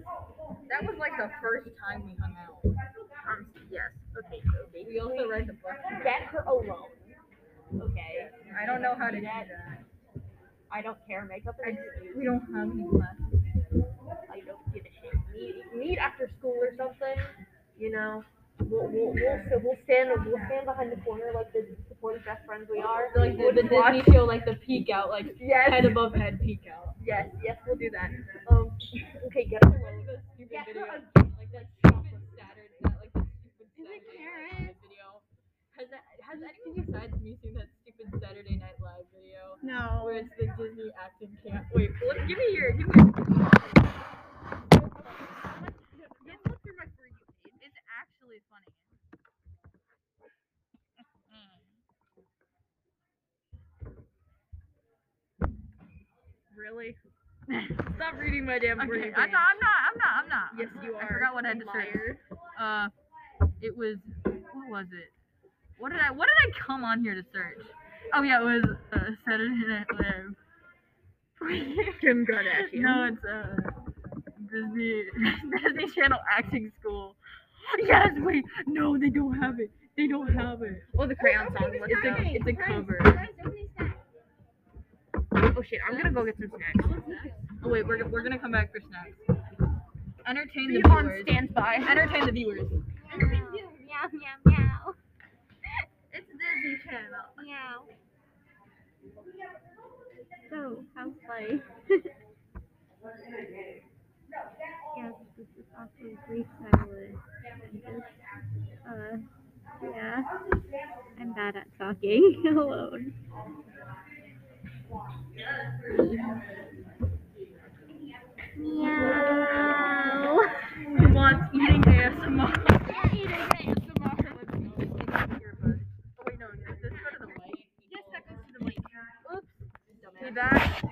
That was like the first time we hung out.
Um, yes. Okay, so
We also read the book.
get her alone.
Okay.
I don't know how to do
That-
that.
I don't care. Makeup
I
is
just, we don't have any left.
I don't give a shit. Meet, meet after school or something. You know, we'll we'll we'll, so we'll stand we'll stand behind the corner like the supportive best friends we are.
Like the,
we'll
the
just watch.
Disney show, like the peek out, like
Yes,
head above head peek out.
yes, yes. We'll do
that.
Um. Okay, get her alone.
The stupid
Get her
video.
a
Like that stupid Saturday, that like the stupid
Is it
Saturday Night Live video. Has that, has anyone besides me seen that stupid Saturday Night Live video?
No.
Where it's the Disney acting camp. Wait, look, give me your, give me your.
It's actually funny. Really? Stop reading my damn
Okay,
brain.
I'm not, I'm not, I'm not, I'm not.
Yes, you are.
I forgot what I had
you
to say.
liar.
Uh, it was what was it? What did I what did I come on here to search? Oh yeah, it was uh, Saturday Night Live.
Kim Kardashian.
No, it's uh Disney Disney Channel Acting School. Yes, wait, no, they don't have it. They don't have it.
Oh, the crayon song. Let's
It's
go.
a it's a cover.
Oh shit, I'm gonna go get some snacks.
Oh wait, we're we're gonna come back for snacks. Entertain the
Be on
viewers.
standby.
Entertain the viewers.
Meow, meow, meow.
It's Disney Channel.
Meow. So, how's life? yeah, this is also Greek salad. Uh, yeah. I'm bad at talking alone. Meow.
Who wants eating ASMR?
Yeah, eat it, great.
Oh wait, no. Does this go to the mic?
Yes, that goes to the mic.
We back.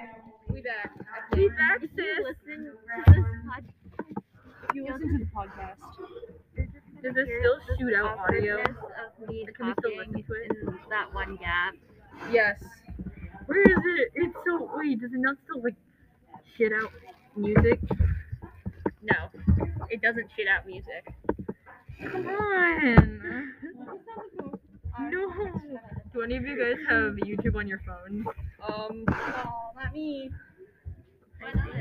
We
We back.
back,
If you
sis.
listen to this podcast,
You listen to the podcast.
Does this still shoot out audio?
awkwardness of me
Can we still listen
talking
to it?
in that one gap.
Yes.
Where is it? It's so. Wait, does it not still like shit out music?
No, it doesn't shit out music.
Come on. No.
Do any of you guys have YouTube on your phone? Um,
Oh, not me.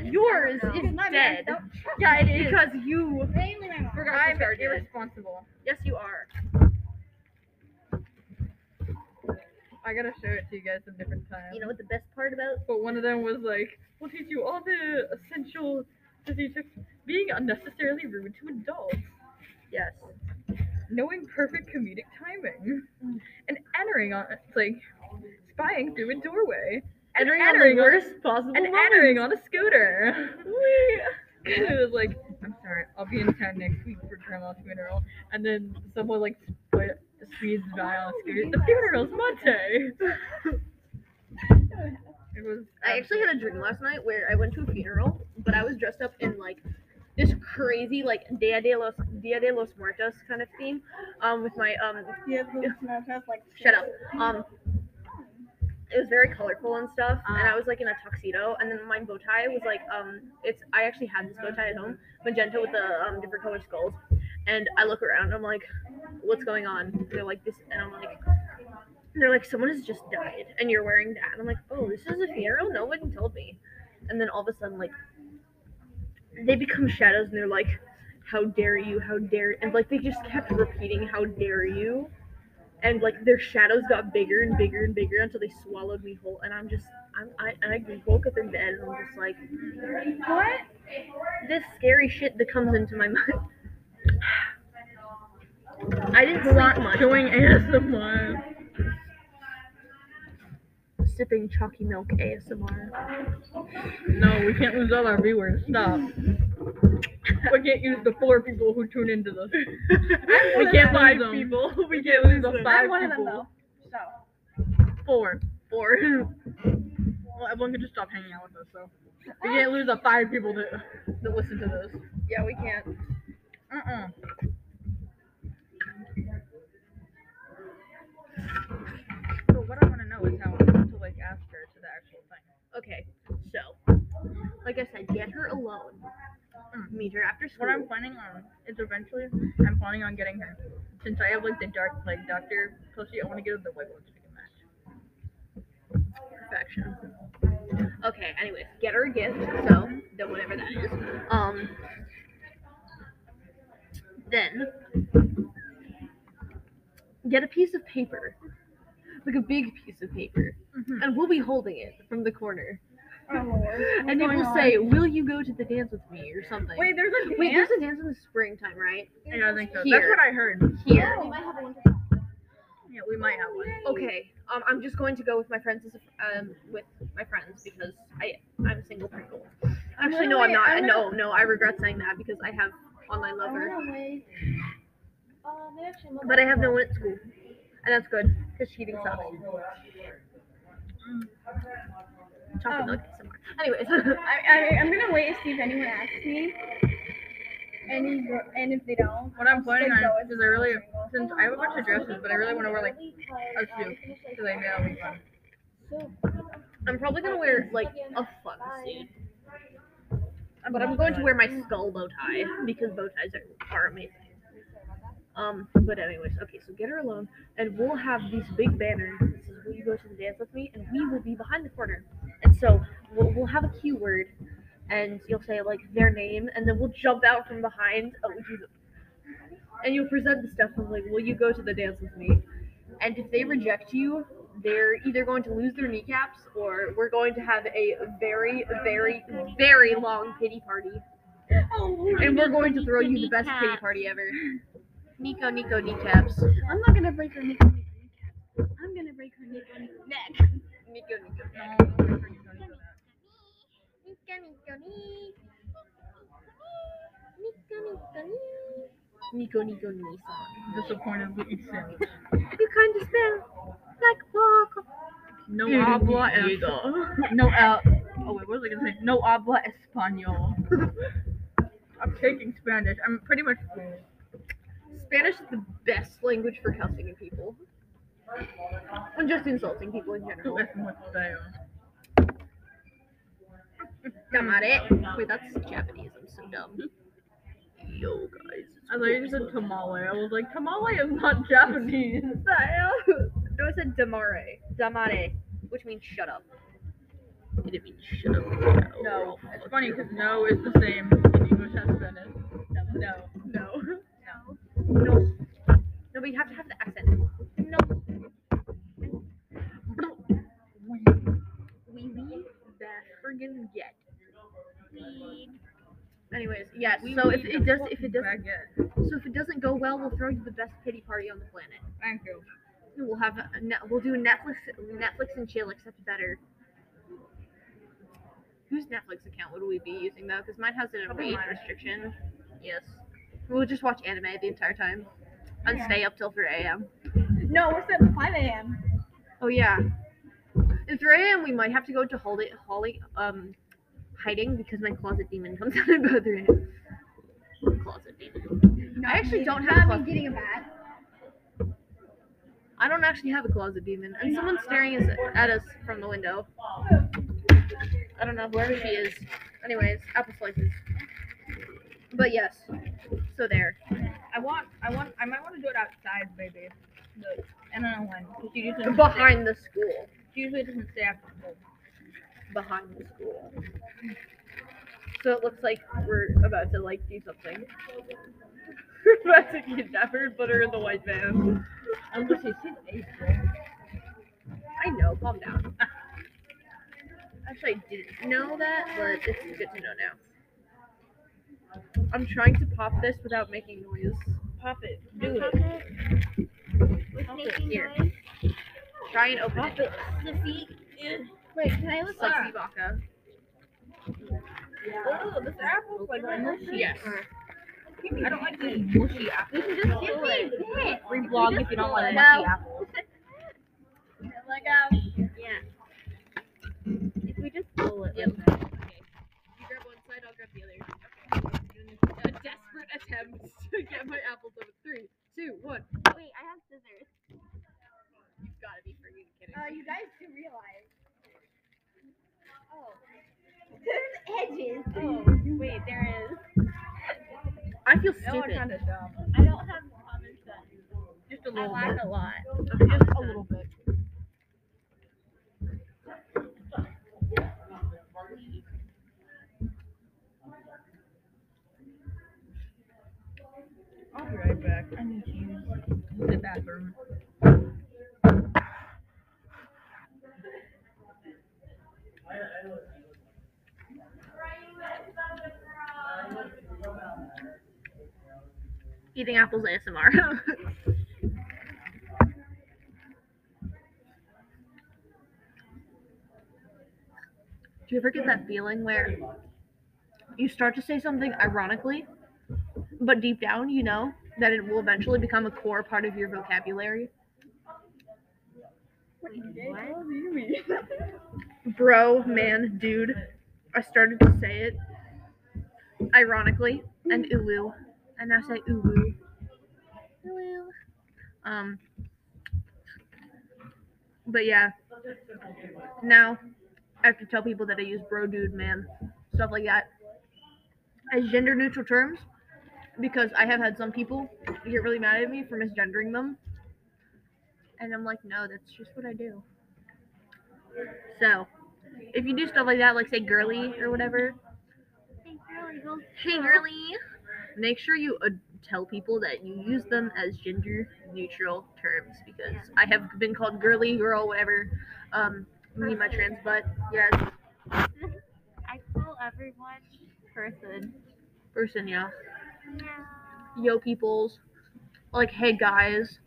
Yours is
My bad.
dead.
Nope.
Yeah, it is. Because you.
Mainly my mom.
forgot
I'm
to charge it.
irresponsible. Yes, you are.
I gotta show it to you guys some different time.
You know what the best part about
But one of them was like, "We'll teach you all the essential Disney tips: being unnecessarily rude to adults,
yes.
knowing perfect comedic timing, and entering on it's like spying through a doorway, and
Entering on the worst possible
and
moment.
entering on a scooter. it was like, I'm sorry, I'll be in town next week for grandma's funeral. And then someone like sp- speeds by on a scooter. The funeral's Monday. it was.
I actually had a dream last night where I went to a funeral, but I was dressed up in like this crazy like Dia de los Dia de los Muertos kind of theme, um, with my um
Yeah, that's like
shut up um. It was very colorful and stuff, and I was like in a tuxedo, and then my bow tie was like um, it's I actually have this bow tie at home, magenta with the um different color skulls, and I look around, and I'm like, what's going on? And they're like this, and I'm like, and they're like, someone has just died, and you're wearing that. And I'm like, oh, this is a funeral. No one told me. And then all of a sudden, like, they become shadows, and they're like, how dare you? How dare? And like, they just kept repeating, how dare you? And like, their shadows got bigger and bigger and bigger until they swallowed me whole. And I'm just, I'm, I, and I woke up in bed, and I'm just like, what? This scary shit that comes into my mind. I didn't sleep much.
doing ASMR.
sipping chalky milk ASMR.
No, we can't lose all our viewers. Stop. we can't use the four people who tune into this. we can't
Five
lose them.
people.
We can't lose the 5
one of them,
people.
So
Four. Four. well, everyone can just stop hanging out with us, so. We can't lose the five people that, that listen to this.
Yeah, we can't.
Uh-uh. So what I want to know is how to, like, ask her to the actual thing.
Okay, so like I said, get her alone. Meet her Um, after school.
What I'm planning on is eventually I'm planning on getting her. Since I have like the dark like doctor plushie, I want to get her the white one so we can match.
perfection. Okay, anyways, get her a gift, so then whatever that is. Um then get a piece of paper. Like a big piece of paper.
Mhm.
And we'll be holding it from the corner.
Mm-hmm. Oh, Lord.
and it will say, Will you go to the dance with me or something?
Wait, there's a
Wait, there's a dance in the springtime, right?
Yeah, I think so.
Here.
That's what I heard.
Here.
Oh,
Yeah, we might have one.
Okay. Um, I'm just going to go with my friends as a, um with my friends because I I'm a single Pringle. Actually, no, I'm
wait,
not.
I'm
no, no, I regret saying that because I have online lover, but I have no one at school, and that's good because cheating sucks. Chocolate
Oh.
milk somewhere. Anyways,
I, I, I'm gonna wait and see if anyone asks me. And, he's, and if they don't,
What I'm planning
Then go
on
with
is I really
single.
since I have a bunch of dresses, but I really want to wear like a few because I know we fun.
I'm probably gonna wear like a fun suit, but I'm going to wear my skull bow tie because bow ties are, are amazing. Um, but anyways, okay, so get her alone, and we'll have these big banners. This is will you go to the dance with me, and we will be behind the corner, and so we'll, we'll have a keyword, and you'll say like their name, and then we'll jump out from behind. Oh Jesus! And you'll present the stuff and like, will you go to the dance with me? And if they reject you, they're either going to lose their kneecaps or we're going to have a very, very, very long pity party. And Oh, we're going to throw you the best pity party ever. Nico, Nico, kneecaps.
I'm not gonna break her neck. I'm gonna break her neck. Neck.
Nico, Nico. Nico, Nico, Nissan.
Disappointed with you.
You kind of smell like walk.
No habla es- No el. Oh wait, what was I gonna say? No habla español. I'm taking Spanish. I'm pretty much
Spanish is the best language for cussing at people. And just insulting people in
So
general.
that's what they are.
Tamare. Wait, that's Japanese. I'm so dumb. Yo, guys.
I thought you said tamale. I was like, tamale is not Japanese.
What the hell? No, I said damare. Damare, which means shut up. It didn't mean shut up.
No, it's funny because no is the same in English as Spanish. No.
No. No. No. No, but you have to have the accent. No. We we that friggin' get. Anyways, yes. so if it does, if it doesn't,
Baguette.
so if it doesn't go well, we'll throw you the best pity party on the planet.
Thank you.
We'll have a, ne- we'll do a Netflix Netflix and chill, except better. Whose Netflix account would we be using though? Because mine has an
Probably
age
mine.
restriction. Yes. We'll just watch anime the entire time and
Yeah.
stay up till 3 a.m.
No, we're set at 5 a.m.
Oh yeah. At 3 a.m. we might have to go to Holly Holly um hiding because my closet demon comes out at about 3 a.m. Closet demon. I actually don't have a
I'm
closet.
getting a bath.
I don't actually have a closet demon, and someone's staring us, at us from the window. I don't know whoever she is. Anyways, apple slices. But yes, so there.
I want, I want, I might want to do it outside, baby. But I don't know when. 'cause she usually doesn't stay-
Behind the school.
she usually doesn't stay after school.
Behind the school. So it looks like we're about to like do something. we're about to kidnap her, and put her in the white van.
I'm just she's in eighth grade.
I know, calm down. Actually, I didn't know that, but it's good to know now. I'm trying to pop this without making noise. Pop it. Do it. Here. Try and open it.
The feet
dude.
Wait, can I look
Like
up?
Chewbacca. Oh, this apple's like mushy.
Yes. I don't like these mushy apples.
You just give me
Reblog if you don't like
No.
mushy apples.
Look up.
If we just pull it. Yep.
You grab one side, I'll grab the other. Okay. A desperate attempt to get my apples over. Three, two, one.
Wait, I have scissors.
You've got to be freaking kidding.
Uh, you guys do realize. Oh. There's edges. Oh, wait, there is.
I feel stupid.
I don't have common sense.
Just a
I
little
lack a lot.
Just a little bit. I'll be right back.
bit. The bathroom.
Eating apples ASMR. Do you ever get that feeling where you start to say something ironically, but deep down you know that it will eventually become a core part of your vocabulary?
What do you mean?
bro, man, dude. I started to say it ironically and ulu. I now say ulu. Ulu. Um. But yeah. Now I have to tell people that I use bro, dude, man, stuff like that as gender neutral terms because I have had some people get really mad at me for misgendering them. And I'm like, no, that's just what I do. So, if you do stuff like that, like say girly or whatever,
Hey, girly.
make sure you uh, tell people that you use them as gender neutral terms because I have been called girly, girl, whatever. Um, me, and my trans butt, yes,
I call everyone person.
person, yeah,
Yeah.
yo, peoples, like hey guys.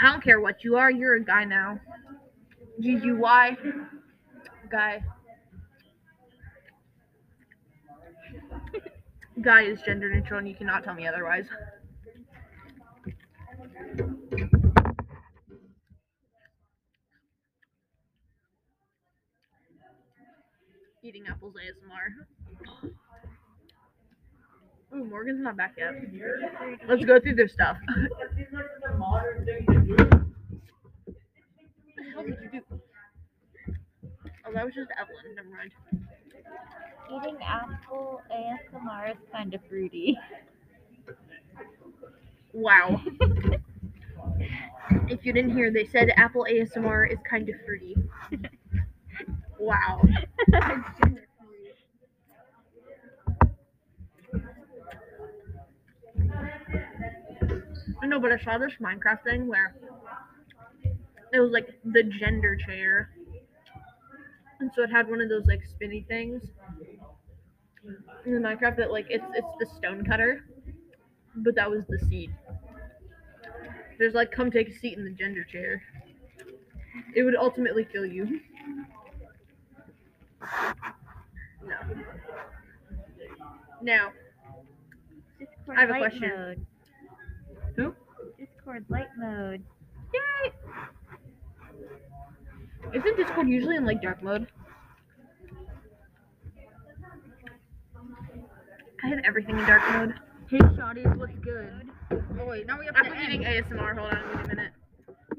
I don't care what you are, you're a guy now. G G Y, guy. Guy is gender neutral, and you cannot tell me otherwise. eating apples ASMR. Ooh, Morgan's not back yet. Let's go through their stuff. What the hell did you do? Oh, that was just Evelyn. Never mind.
Eating apple ASMR is kind of fruity.
Wow. if you didn't hear, they said apple ASMR is kind of fruity. wow. I know, but I saw this Minecraft thing where it was like the gender chair. And so it had one of those like spinny things in the Minecraft that like it's it's the stone cutter, but that was the seat. There's like come take a seat in the gender chair. It would ultimately kill you. No. Now,
Discord
I have a
light
question.
Mode.
Who?
Discord light mode.
isn't Discord usually in like dark mode? I have everything in dark mode.
Hey, shawty, what's good?
Oh wait, now we have to I'm eating ASMR. Hold on, wait a minute.